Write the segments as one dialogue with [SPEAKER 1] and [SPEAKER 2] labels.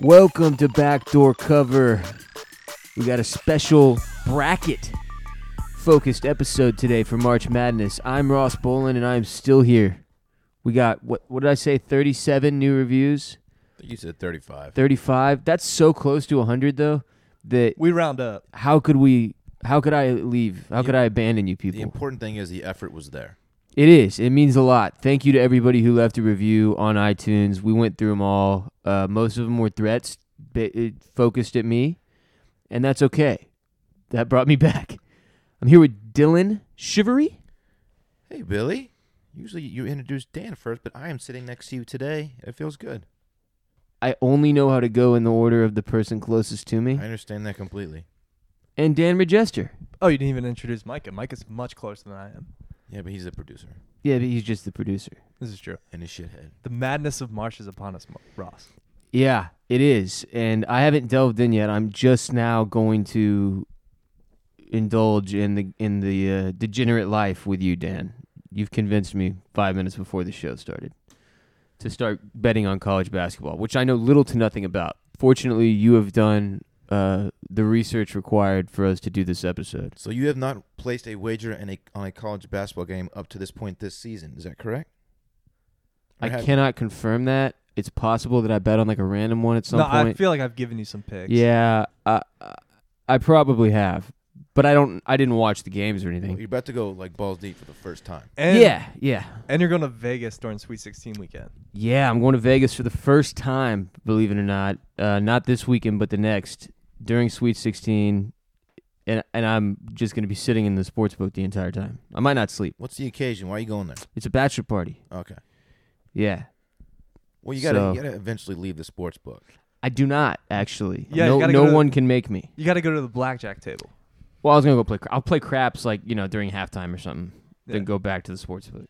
[SPEAKER 1] Welcome to Backdoor Cover. We got a special bracket focused episode today for March Madness. I'm Ross Bolin and I'm still here. We got what what did I say 37 new reviews?
[SPEAKER 2] You said 35.
[SPEAKER 1] 35. That's so close to 100 though that
[SPEAKER 3] We round up.
[SPEAKER 1] how could we how could I leave? How could I abandon you
[SPEAKER 2] The
[SPEAKER 1] people?
[SPEAKER 2] important thing is the effort was there.
[SPEAKER 1] It is. It means a lot. Thank you to everybody who left a review on iTunes. We went through them all. Uh, most of them were threats ba- uh, focused at me, and that's okay. That brought me back. I'm here with Dylan Shivery.
[SPEAKER 2] Hey, Billy. Usually you introduce Dan first, but I am sitting next to you today. It feels good.
[SPEAKER 1] I only know how to go in the order of the person closest to me.
[SPEAKER 2] I understand that completely.
[SPEAKER 1] And Dan Regester.
[SPEAKER 3] Oh, you didn't even introduce Micah. Micah's much closer than I am.
[SPEAKER 2] Yeah, but he's the producer
[SPEAKER 1] Yeah, but he's just the producer.
[SPEAKER 3] This is true.
[SPEAKER 2] and a shithead.
[SPEAKER 3] The madness of March is upon us, Mo- Ross.
[SPEAKER 1] Yeah, it is. And I haven't delved in yet. I'm just now going to indulge in the in the uh, degenerate life with you, Dan. You've convinced me 5 minutes before the show started to start betting on college basketball, which I know little to nothing about. Fortunately, you have done uh, the research required for us to do this episode.
[SPEAKER 2] So you have not placed a wager in a, on a college basketball game up to this point this season. Is that correct? Or
[SPEAKER 1] I
[SPEAKER 2] have-
[SPEAKER 1] cannot confirm that. It's possible that I bet on like a random one at some
[SPEAKER 3] no,
[SPEAKER 1] point.
[SPEAKER 3] I feel like I've given you some picks.
[SPEAKER 1] Yeah, I, I probably have, but I don't. I didn't watch the games or
[SPEAKER 2] Well,
[SPEAKER 1] anything.
[SPEAKER 2] you're about to go like balls deep for the first time.
[SPEAKER 3] And,
[SPEAKER 1] yeah, yeah,
[SPEAKER 3] And you're going to Vegas during Sweet 16 weekend.
[SPEAKER 1] yeah. I'm going to Vegas for the first time, believe it or not. Uh, not this weekend, but the next during Sweet 16, and and I'm just going to be sitting in the sports book the entire time. I might not sleep.
[SPEAKER 2] What's the occasion? Why are you going there?
[SPEAKER 1] It's a bachelor party.
[SPEAKER 2] Okay.
[SPEAKER 1] Yeah,
[SPEAKER 2] Well, you gotta
[SPEAKER 1] So-
[SPEAKER 2] you gotta eventually leave the sports book. I
[SPEAKER 1] I do not actually.
[SPEAKER 3] Yeah, you
[SPEAKER 1] no,
[SPEAKER 3] gotta
[SPEAKER 1] no
[SPEAKER 3] go to-
[SPEAKER 1] one can make me.
[SPEAKER 3] You got to go to the blackjack table.
[SPEAKER 1] Well, I was gonna go play. cra- I'll play craps like you know during halftime or something. Then
[SPEAKER 3] Yeah.
[SPEAKER 1] go back to the sports book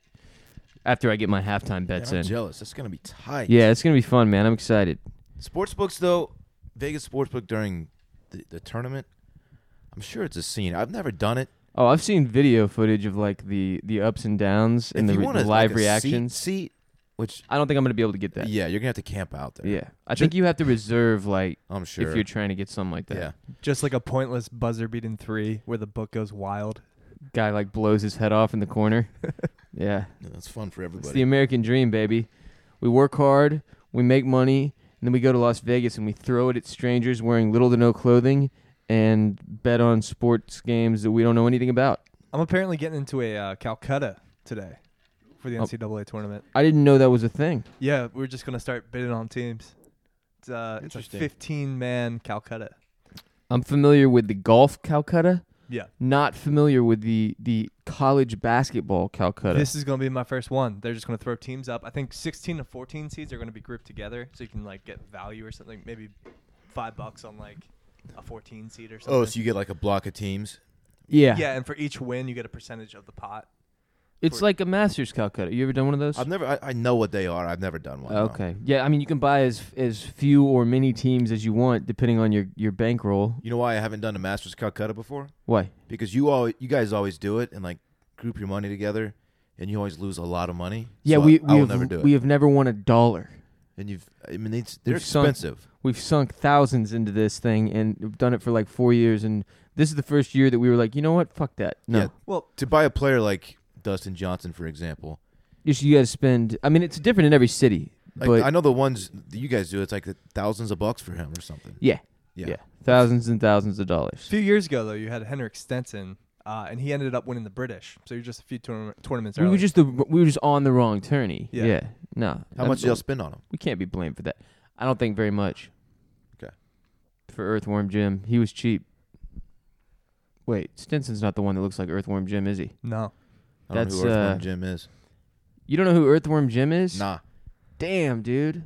[SPEAKER 1] after I get my halftime
[SPEAKER 2] Man,
[SPEAKER 1] bets
[SPEAKER 2] I'm
[SPEAKER 1] in.
[SPEAKER 2] jealous. That's gonna be tight.
[SPEAKER 1] Yeah, it's gonna be fun, man. I'm excited.
[SPEAKER 2] Sports books, though, Vegas sportsbook during the, the tournament, I'm sure it's a scene. I've never done it.
[SPEAKER 1] Oh, I've seen video footage of like the the ups and downs and
[SPEAKER 2] if
[SPEAKER 1] the,
[SPEAKER 2] you
[SPEAKER 1] re-
[SPEAKER 2] want
[SPEAKER 1] the
[SPEAKER 2] a-
[SPEAKER 1] live
[SPEAKER 2] like a seat-
[SPEAKER 1] reactions.
[SPEAKER 2] seat, which
[SPEAKER 1] I don't think I'm gonna be able to get that. Yeah,
[SPEAKER 2] yeah, you're gonna have to camp out there.
[SPEAKER 1] I think you have to reserve like
[SPEAKER 2] I'm sure.
[SPEAKER 1] if you're trying to get something like that.
[SPEAKER 2] yeah,
[SPEAKER 3] Just like a pointless buzzer beating three where the book goes wild.
[SPEAKER 1] Guy like blows his head off in the corner. yeah,
[SPEAKER 2] No, that's fun for
[SPEAKER 1] it's
[SPEAKER 2] everybody.
[SPEAKER 1] the American dream, baby. We work hard, we make money, and then we go to Las Vegas and we throw it at strangers wearing little to no clothing and bet on sports games that we don't know anything about.
[SPEAKER 3] I'm apparently getting into a uh, Calcutta today for the
[SPEAKER 1] Oh.
[SPEAKER 3] NCAA tournament.
[SPEAKER 1] I didn't know that was a thing.
[SPEAKER 3] Yeah, we're just going to start bidding on teams. It's, uh, it's a
[SPEAKER 2] Interesting.
[SPEAKER 3] 15 man Calcutta.
[SPEAKER 1] I'm familiar with the golf Calcutta.
[SPEAKER 3] Yeah.
[SPEAKER 1] not familiar with the the college basketball Calcutta.
[SPEAKER 3] This is going to be my first one. They're just going to throw teams up. I think 16 to 14 seeds are going to be grouped together, so you can like get value or something. Maybe five bucks on like a 14 seed or something.
[SPEAKER 2] oh, so you get like a block of teams.
[SPEAKER 1] yeah.
[SPEAKER 3] yeah, and for each win, you get a percentage of the pot.
[SPEAKER 1] it's like a Masters Calcutta. You ever done one of those?
[SPEAKER 2] I've never. I, I know what they are. I've never done one. no.
[SPEAKER 1] okay. Yeah, I mean you can buy as as few or many teams as you want depending on your your bankroll.
[SPEAKER 2] You know why I haven't done a Masters Calcutta before?
[SPEAKER 1] Why?
[SPEAKER 2] Because you all, you guys always do it and like group your money together, and you always lose a lot of money.
[SPEAKER 1] Yeah,
[SPEAKER 2] So
[SPEAKER 1] we
[SPEAKER 2] I,
[SPEAKER 1] we
[SPEAKER 2] I will
[SPEAKER 1] have,
[SPEAKER 2] never do it.
[SPEAKER 1] we have never won a dollar.
[SPEAKER 2] and you've. I mean, it's, they're
[SPEAKER 1] We've sunk-
[SPEAKER 2] expensive.
[SPEAKER 1] We've sunk thousands into this thing and we've done it for like 4 years and this is the first year that we were like, "You know what? Fuck that." No.
[SPEAKER 2] Yeah.
[SPEAKER 3] Well,
[SPEAKER 2] to buy a player like Dustin Johnson, for example,
[SPEAKER 1] Just you got to spend I mean it's different in every city,
[SPEAKER 2] like,
[SPEAKER 1] but
[SPEAKER 2] I know the ones that you guys do, it's like the thousands of bucks for him or something.
[SPEAKER 1] yeah,
[SPEAKER 2] Yeah.
[SPEAKER 1] yeah. Thousands and thousands of
[SPEAKER 3] a
[SPEAKER 1] dollars.
[SPEAKER 3] few years ago though, you had Henrik Stenson, uh, and he ended up winning the British. So you're just a few tourna- tournaments
[SPEAKER 1] We
[SPEAKER 3] early.
[SPEAKER 1] were just the we were just on the wrong tourney. Yeah.
[SPEAKER 3] Yeah.
[SPEAKER 1] No.
[SPEAKER 2] How
[SPEAKER 1] I'm-
[SPEAKER 2] much did y'all spend on him?
[SPEAKER 1] We can't be blamed for that. I don't think very much.
[SPEAKER 2] Okay.
[SPEAKER 1] For Earthworm Jim, he was cheap. Wait, Stinson's not the one that looks like Earthworm Jim, is he?
[SPEAKER 3] no,
[SPEAKER 2] I don't
[SPEAKER 1] That's,
[SPEAKER 2] know who Earthworm
[SPEAKER 1] uh,
[SPEAKER 2] Jim is.
[SPEAKER 1] You don't know who Earthworm Jim is?
[SPEAKER 2] Nah,
[SPEAKER 1] Damn, dude.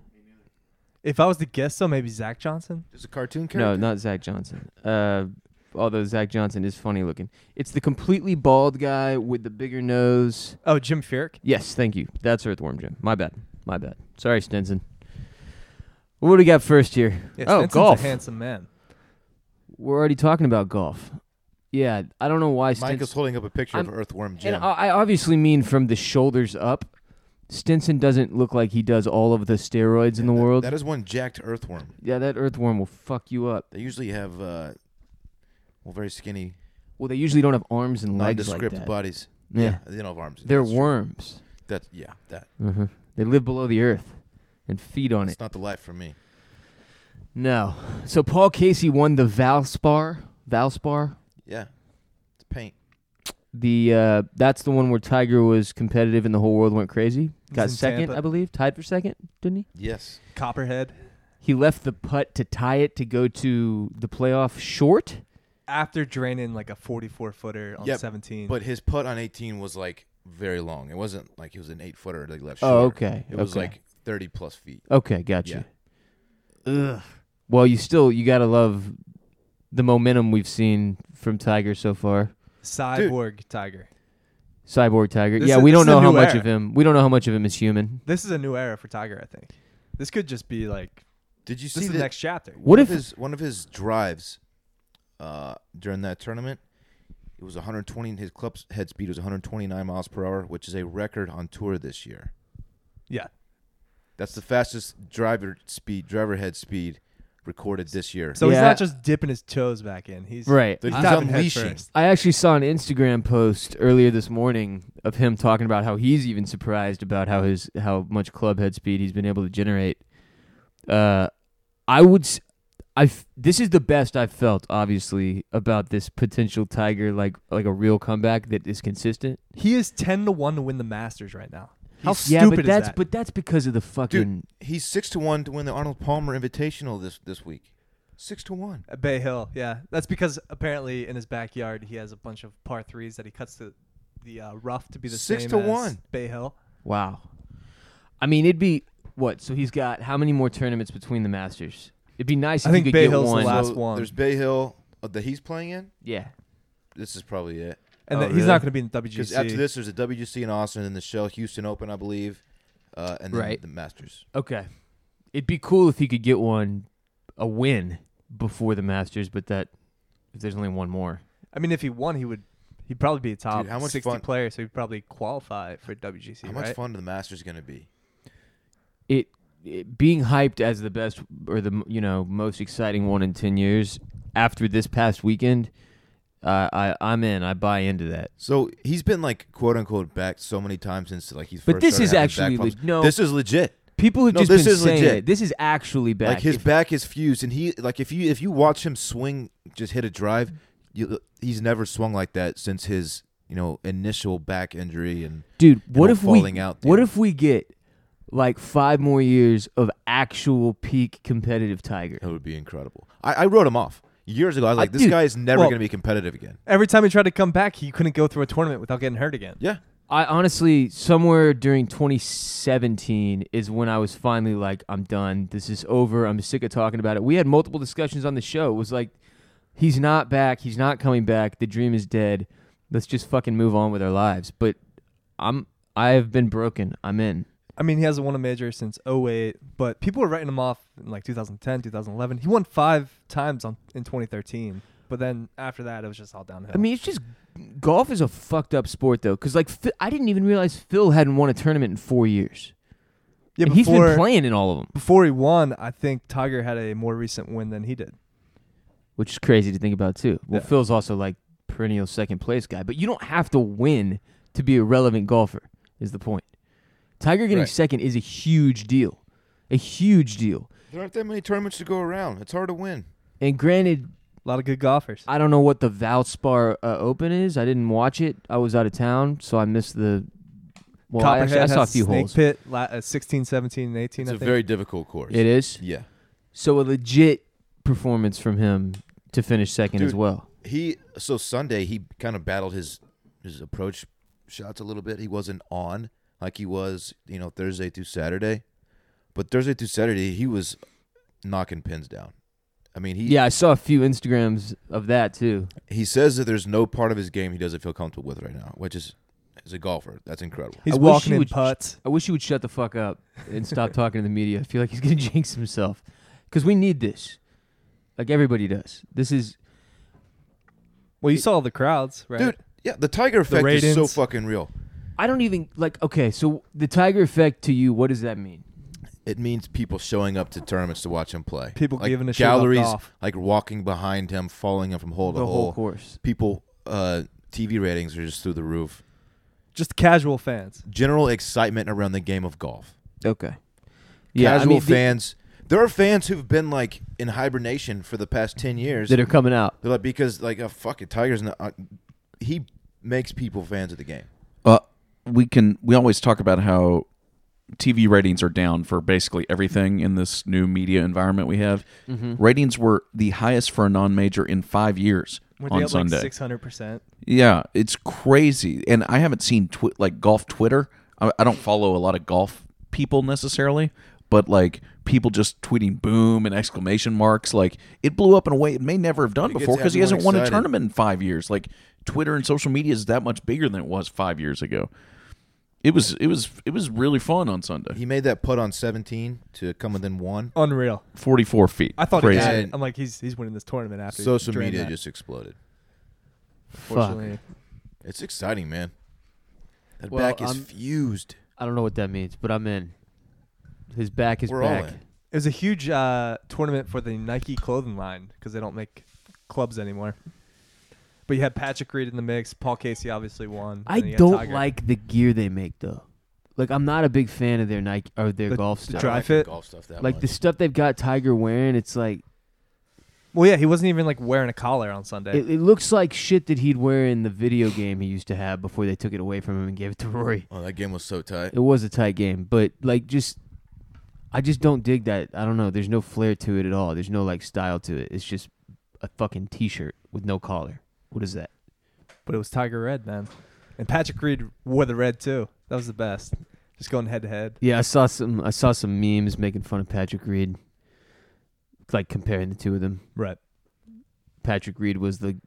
[SPEAKER 3] if I was to guess, though, maybe Zach Johnson.
[SPEAKER 2] there's a cartoon
[SPEAKER 1] No,
[SPEAKER 2] character.
[SPEAKER 1] not Zach Johnson. Uh, although Zach Johnson is funny looking. It's the completely bald guy with the bigger nose.
[SPEAKER 3] Oh, Jim Furyk.
[SPEAKER 1] Yes, thank you. That's Earthworm Jim. My bad. My bad. Sorry, Stinson. What do we got first here?
[SPEAKER 3] Yeah,
[SPEAKER 1] oh,
[SPEAKER 3] Stenson's
[SPEAKER 1] golf.
[SPEAKER 3] a handsome man.
[SPEAKER 1] We're already talking about golf. Yeah, I don't know why.
[SPEAKER 2] Mike is
[SPEAKER 1] Stinson-
[SPEAKER 2] holding up a picture
[SPEAKER 1] I'm-
[SPEAKER 2] of Earthworm
[SPEAKER 1] and
[SPEAKER 2] Jim.
[SPEAKER 1] I I obviously mean from the shoulders up, Stinson doesn't look like he does all of the steroids in the
[SPEAKER 2] That-
[SPEAKER 1] world.
[SPEAKER 2] That is one jacked earthworm.
[SPEAKER 1] yeah, that earthworm will fuck you up.
[SPEAKER 2] They usually have uh, well, very skinny,
[SPEAKER 1] Well, they usually don't have arms and legs like
[SPEAKER 2] nondescript
[SPEAKER 1] that.
[SPEAKER 2] bodies.
[SPEAKER 1] Yeah.
[SPEAKER 2] they don't have arms.
[SPEAKER 1] They're
[SPEAKER 2] That's true.
[SPEAKER 1] worms.
[SPEAKER 2] That's yeah. That
[SPEAKER 1] hmm They live below the earth and feed on it.
[SPEAKER 2] it's not the life for me.
[SPEAKER 1] No. So Paul Casey won the Valspar. Valspar.
[SPEAKER 2] Yeah, it's paint.
[SPEAKER 1] The uh, that's the one where Tiger was competitive and the whole world went crazy.
[SPEAKER 3] He's
[SPEAKER 1] Got
[SPEAKER 3] in
[SPEAKER 1] second,
[SPEAKER 3] Tampa.
[SPEAKER 1] I believe, tied for second, didn't he?
[SPEAKER 2] Yes,
[SPEAKER 3] Copperhead.
[SPEAKER 1] He left the putt to tie it to go to the playoff short.
[SPEAKER 3] After draining like a 44 footer on
[SPEAKER 2] Yep,
[SPEAKER 3] 17.
[SPEAKER 2] but his putt on 18 was like very long. It wasn't like he was an eight footer that he left.
[SPEAKER 1] Oh,
[SPEAKER 2] short.
[SPEAKER 1] okay.
[SPEAKER 2] It was
[SPEAKER 1] okay.
[SPEAKER 2] like 30 plus feet.
[SPEAKER 1] okay, gotcha. Ugh. Well, you still you gotta love the momentum we've seen from Tiger so far.
[SPEAKER 3] Cyborg Tiger.
[SPEAKER 1] Cyborg Tiger.
[SPEAKER 3] This
[SPEAKER 1] yeah,
[SPEAKER 3] is-
[SPEAKER 1] we
[SPEAKER 3] this
[SPEAKER 1] don't
[SPEAKER 3] is a
[SPEAKER 1] know how
[SPEAKER 3] new
[SPEAKER 1] much
[SPEAKER 3] era.
[SPEAKER 1] of him. We don't know how much of him is human.
[SPEAKER 3] This is a new era for Tiger, I think. This could just be like
[SPEAKER 2] Did you
[SPEAKER 3] this
[SPEAKER 2] see
[SPEAKER 3] is
[SPEAKER 2] that
[SPEAKER 3] the next chapter.
[SPEAKER 1] What
[SPEAKER 2] one
[SPEAKER 1] if
[SPEAKER 2] of his one of his drives uh, during that tournament? It was 120. His club head speed was 129 miles per hour, which is a record on tour this year.
[SPEAKER 3] Yeah.
[SPEAKER 2] That's the fastest driver speed, driver head speed recorded this year.
[SPEAKER 3] So he's
[SPEAKER 1] Yeah.
[SPEAKER 3] not just dipping his toes back in. He's
[SPEAKER 1] Right.
[SPEAKER 2] Dude,
[SPEAKER 3] He's
[SPEAKER 2] he's
[SPEAKER 3] diving head
[SPEAKER 2] unleashing.
[SPEAKER 3] first.
[SPEAKER 1] I actually saw an Instagram post earlier this morning of him talking about how he's even surprised about how his how much club head speed he's been able to generate. Uh, I would, s- I f- this is the best I've felt obviously about this potential Tiger like like a real comeback that is consistent.
[SPEAKER 3] He is 10 to 1 to win the Masters right now. How
[SPEAKER 2] He's-
[SPEAKER 3] stupid
[SPEAKER 1] yeah, but
[SPEAKER 3] is
[SPEAKER 1] that's
[SPEAKER 3] that?
[SPEAKER 1] but that's because of the fucking
[SPEAKER 2] He's six to one to win the Arnold Palmer Invitational this this week. Six to one.
[SPEAKER 3] At Bay Hill, yeah. That's because apparently in his backyard he has a bunch of par threes that he cuts the the uh, rough to be the
[SPEAKER 2] Six
[SPEAKER 3] same
[SPEAKER 2] to
[SPEAKER 3] as
[SPEAKER 2] one.
[SPEAKER 3] Bay Hill.
[SPEAKER 1] wow. I mean, it'd be what? So he's got how many more tournaments between the Masters? It'd be nice.
[SPEAKER 3] I
[SPEAKER 1] if
[SPEAKER 3] think
[SPEAKER 1] he could
[SPEAKER 3] Bay
[SPEAKER 1] get
[SPEAKER 3] Hill's the
[SPEAKER 1] one.
[SPEAKER 3] last
[SPEAKER 2] So
[SPEAKER 3] one.
[SPEAKER 2] There's Bay Hill uh, that he's playing in.
[SPEAKER 1] Yeah.
[SPEAKER 2] This is probably it.
[SPEAKER 3] And
[SPEAKER 1] Oh,
[SPEAKER 3] that he's not
[SPEAKER 1] really?
[SPEAKER 3] going to be in the WGC.
[SPEAKER 2] Because after this, there's a WGC in Austin and the Shell Houston Open, I believe, uh, and then
[SPEAKER 1] Right.
[SPEAKER 2] the Masters.
[SPEAKER 1] Okay. It'd be cool if he could get one, a win before the Masters, but that if there's only one more.
[SPEAKER 3] I mean, if he won, he would. He'd probably be a top
[SPEAKER 2] how much
[SPEAKER 3] 60
[SPEAKER 2] fun-
[SPEAKER 3] player, so he'd probably qualify for WGC.
[SPEAKER 2] How much
[SPEAKER 3] right?
[SPEAKER 2] fun are the Masters going to be?
[SPEAKER 1] It, it being hyped as the best or the you know most exciting one in ten years after this past weekend, uh, I I'm in. I buy into that.
[SPEAKER 2] So he's been like quote unquote back so many times since like he's.
[SPEAKER 1] But
[SPEAKER 2] first
[SPEAKER 1] this
[SPEAKER 2] started
[SPEAKER 1] is
[SPEAKER 2] having
[SPEAKER 1] actually
[SPEAKER 2] back problems.
[SPEAKER 1] leg- no.
[SPEAKER 2] This is legit.
[SPEAKER 1] People have
[SPEAKER 2] No,
[SPEAKER 1] just
[SPEAKER 2] this
[SPEAKER 1] been
[SPEAKER 2] is
[SPEAKER 1] saying
[SPEAKER 2] legit.
[SPEAKER 1] it. This is actually back.
[SPEAKER 2] Like his
[SPEAKER 1] If-
[SPEAKER 2] back is fused, and he like if you if you watch him swing, just hit a drive, you, he's never swung like that since his you know initial back injury and
[SPEAKER 1] dude, what
[SPEAKER 2] know,
[SPEAKER 1] if we
[SPEAKER 2] falling out
[SPEAKER 1] what
[SPEAKER 2] there.
[SPEAKER 1] if we get like five more years of actual peak competitive Tiger?
[SPEAKER 2] it would be incredible. I, I wrote him off years ago. I was like, this
[SPEAKER 1] dude,
[SPEAKER 2] guy is never
[SPEAKER 3] well-
[SPEAKER 2] going to be competitive again.
[SPEAKER 3] Every time he tried to come back, he couldn't go through a tournament without getting hurt again.
[SPEAKER 2] Yeah,
[SPEAKER 1] I honestly, somewhere during 2017 is when I was finally like, I'm done. This is over. I'm sick of talking about it. We had multiple discussions on the show. It was like, he's not back. He's not coming back. The dream is dead. Let's just fucking move on with our lives. But I'm, I have been broken. I'm in.
[SPEAKER 3] I mean, he hasn't won a major since 08, but people were writing him off in like 2010, 2011. He won five times on in 2013, but then after that, it was just all downhill.
[SPEAKER 1] I mean, it's just golf is a fucked up sport though, because like Phi- I didn't even realize Phil hadn't won a tournament in four years.
[SPEAKER 3] yeah,
[SPEAKER 1] And he's been
[SPEAKER 3] before-
[SPEAKER 1] playing in all of them,
[SPEAKER 3] before he won, I think Tiger had a more recent win than he did.
[SPEAKER 1] which is crazy to think about too. Well,
[SPEAKER 3] Yeah.
[SPEAKER 1] Phil's also like perennial second place guy, but you don't have to win to be a relevant golfer. Is the point? Tiger getting
[SPEAKER 2] Right.
[SPEAKER 1] second is a huge deal, a huge deal.
[SPEAKER 2] there aren't that many tournaments to go around. It's hard to win.
[SPEAKER 1] And granted,
[SPEAKER 3] A lot of good golfers.
[SPEAKER 1] I don't know what the Valspar uh, Open is. I didn't watch it. I was out of town, so I missed the. Well, I, actually, I
[SPEAKER 3] Copperhead
[SPEAKER 1] saw a
[SPEAKER 3] has
[SPEAKER 1] few
[SPEAKER 3] Snake
[SPEAKER 1] holes.
[SPEAKER 3] Pit, la- uh, 16, 17, and 18,
[SPEAKER 2] It's
[SPEAKER 3] I
[SPEAKER 2] a
[SPEAKER 3] think.
[SPEAKER 2] very difficult course.
[SPEAKER 1] It is.
[SPEAKER 2] Yeah.
[SPEAKER 1] So a legit performance from him to finish second as
[SPEAKER 2] Dude.
[SPEAKER 1] well.
[SPEAKER 2] He so Sunday he kind of battled his his approach shots a little bit. He wasn't on like he was, you know, Thursday through Saturday. But Thursday through Saturday he was knocking pins down. I mean, he
[SPEAKER 1] Yeah, I saw a few Instagrams of that too.
[SPEAKER 2] he says that there's no part of his game he doesn't feel comfortable with right now, which is as a golfer, that's incredible.
[SPEAKER 1] I
[SPEAKER 3] He's
[SPEAKER 1] wish
[SPEAKER 3] walking
[SPEAKER 1] he
[SPEAKER 3] in
[SPEAKER 1] would-
[SPEAKER 3] putts.
[SPEAKER 1] I wish he would shut the fuck up and stop talking to the media. I feel like he's gonna jinx himself because we need this, like everybody does. This is
[SPEAKER 3] Well, you saw all the crowds, right?
[SPEAKER 2] Dude, yeah, the Tiger effect is so
[SPEAKER 3] ratings.
[SPEAKER 2] fucking real.
[SPEAKER 1] I don't even like. Okay, so the Tiger effect to you, what does that mean?
[SPEAKER 2] It means people showing up to tournaments to watch him play.
[SPEAKER 3] People
[SPEAKER 2] like
[SPEAKER 3] giving a shit about
[SPEAKER 2] galleries,
[SPEAKER 3] golf.
[SPEAKER 2] like walking behind him, following him from hole to
[SPEAKER 1] the
[SPEAKER 2] hole.
[SPEAKER 1] whole course.
[SPEAKER 2] People, uh, TV ratings are just through the roof.
[SPEAKER 3] Just casual fans.
[SPEAKER 2] General excitement around the game of golf.
[SPEAKER 1] Okay. Yeah, I
[SPEAKER 2] Casual
[SPEAKER 1] mean, the-
[SPEAKER 2] fans. there are fans who've been like in hibernation for the past ten years.
[SPEAKER 1] that are coming out.
[SPEAKER 2] They're like because like oh fuck it, Tiger's not. Uh, he makes people fans of the game.
[SPEAKER 4] Uh, we can. We always talk about how TV ratings are down for basically everything in this new media environment we have. Ratings were the highest for a non-major in five years
[SPEAKER 3] Went
[SPEAKER 4] on
[SPEAKER 3] up
[SPEAKER 4] Sunday.
[SPEAKER 3] like 600%.
[SPEAKER 4] Yeah, it's crazy, and I haven't seen twi- like golf Twitter. I, I don't follow a lot of golf people necessarily, but like people just tweeting boom and exclamation marks. Like it blew up in a way it may never have done
[SPEAKER 2] It gets
[SPEAKER 4] before because he
[SPEAKER 2] everyone
[SPEAKER 4] hasn't won a
[SPEAKER 2] excited.
[SPEAKER 4] tournament in five years. Like Twitter and social media is that much bigger than it was five years ago. It was it was it was really fun on Sunday.
[SPEAKER 2] He made that putt on seventeen to come within one.
[SPEAKER 3] Unreal.
[SPEAKER 4] Forty four feet.
[SPEAKER 3] I thought
[SPEAKER 4] crazy.
[SPEAKER 3] he had it.
[SPEAKER 2] And-
[SPEAKER 3] I'm like, he's he's winning this tournament after. he
[SPEAKER 2] Social
[SPEAKER 3] drained
[SPEAKER 2] media
[SPEAKER 3] that.
[SPEAKER 2] just exploded.
[SPEAKER 3] Unfortunately.
[SPEAKER 2] It's exciting, man. That
[SPEAKER 1] Well,
[SPEAKER 2] back is
[SPEAKER 1] I'm-
[SPEAKER 2] fused.
[SPEAKER 1] I don't know what that means, but I'm in. His back is
[SPEAKER 2] We're all
[SPEAKER 1] back.
[SPEAKER 2] in.
[SPEAKER 3] It was a huge uh, tournament for the Nike clothing line because they don't make clubs anymore. But you had Patrick Reed in the mix. Paul Casey obviously won.
[SPEAKER 1] I
[SPEAKER 3] and then you had
[SPEAKER 1] don't
[SPEAKER 3] Tiger.
[SPEAKER 1] like the gear they make though. Like I'm not a big fan of their Nike or their
[SPEAKER 3] The-
[SPEAKER 1] golf
[SPEAKER 3] the
[SPEAKER 1] stuff.
[SPEAKER 3] dry
[SPEAKER 2] I like
[SPEAKER 3] fit.
[SPEAKER 2] golf stuff that
[SPEAKER 1] like
[SPEAKER 2] much.
[SPEAKER 1] the stuff they've got Tiger wearing, it's like
[SPEAKER 3] Well, yeah, he wasn't even like wearing a collar on Sunday.
[SPEAKER 1] it, it looks like shit that he'd wear in the video game he used to have before they took it away from him and gave it to Rory.
[SPEAKER 2] Oh, that game was so tight.
[SPEAKER 1] It was a tight game, but like just I just don't dig that. I don't know. There's no flair to it at all. There's no like style to it. It's just a fucking t-shirt with no collar. What is that?
[SPEAKER 3] but it was Tiger Red, man. And Patrick Reed wore the red too. That was the best. Just going head to head.
[SPEAKER 1] Yeah, I saw some. I saw some memes making fun of Patrick Reed, like comparing the two of them.
[SPEAKER 3] Right.
[SPEAKER 1] Patrick Reed was the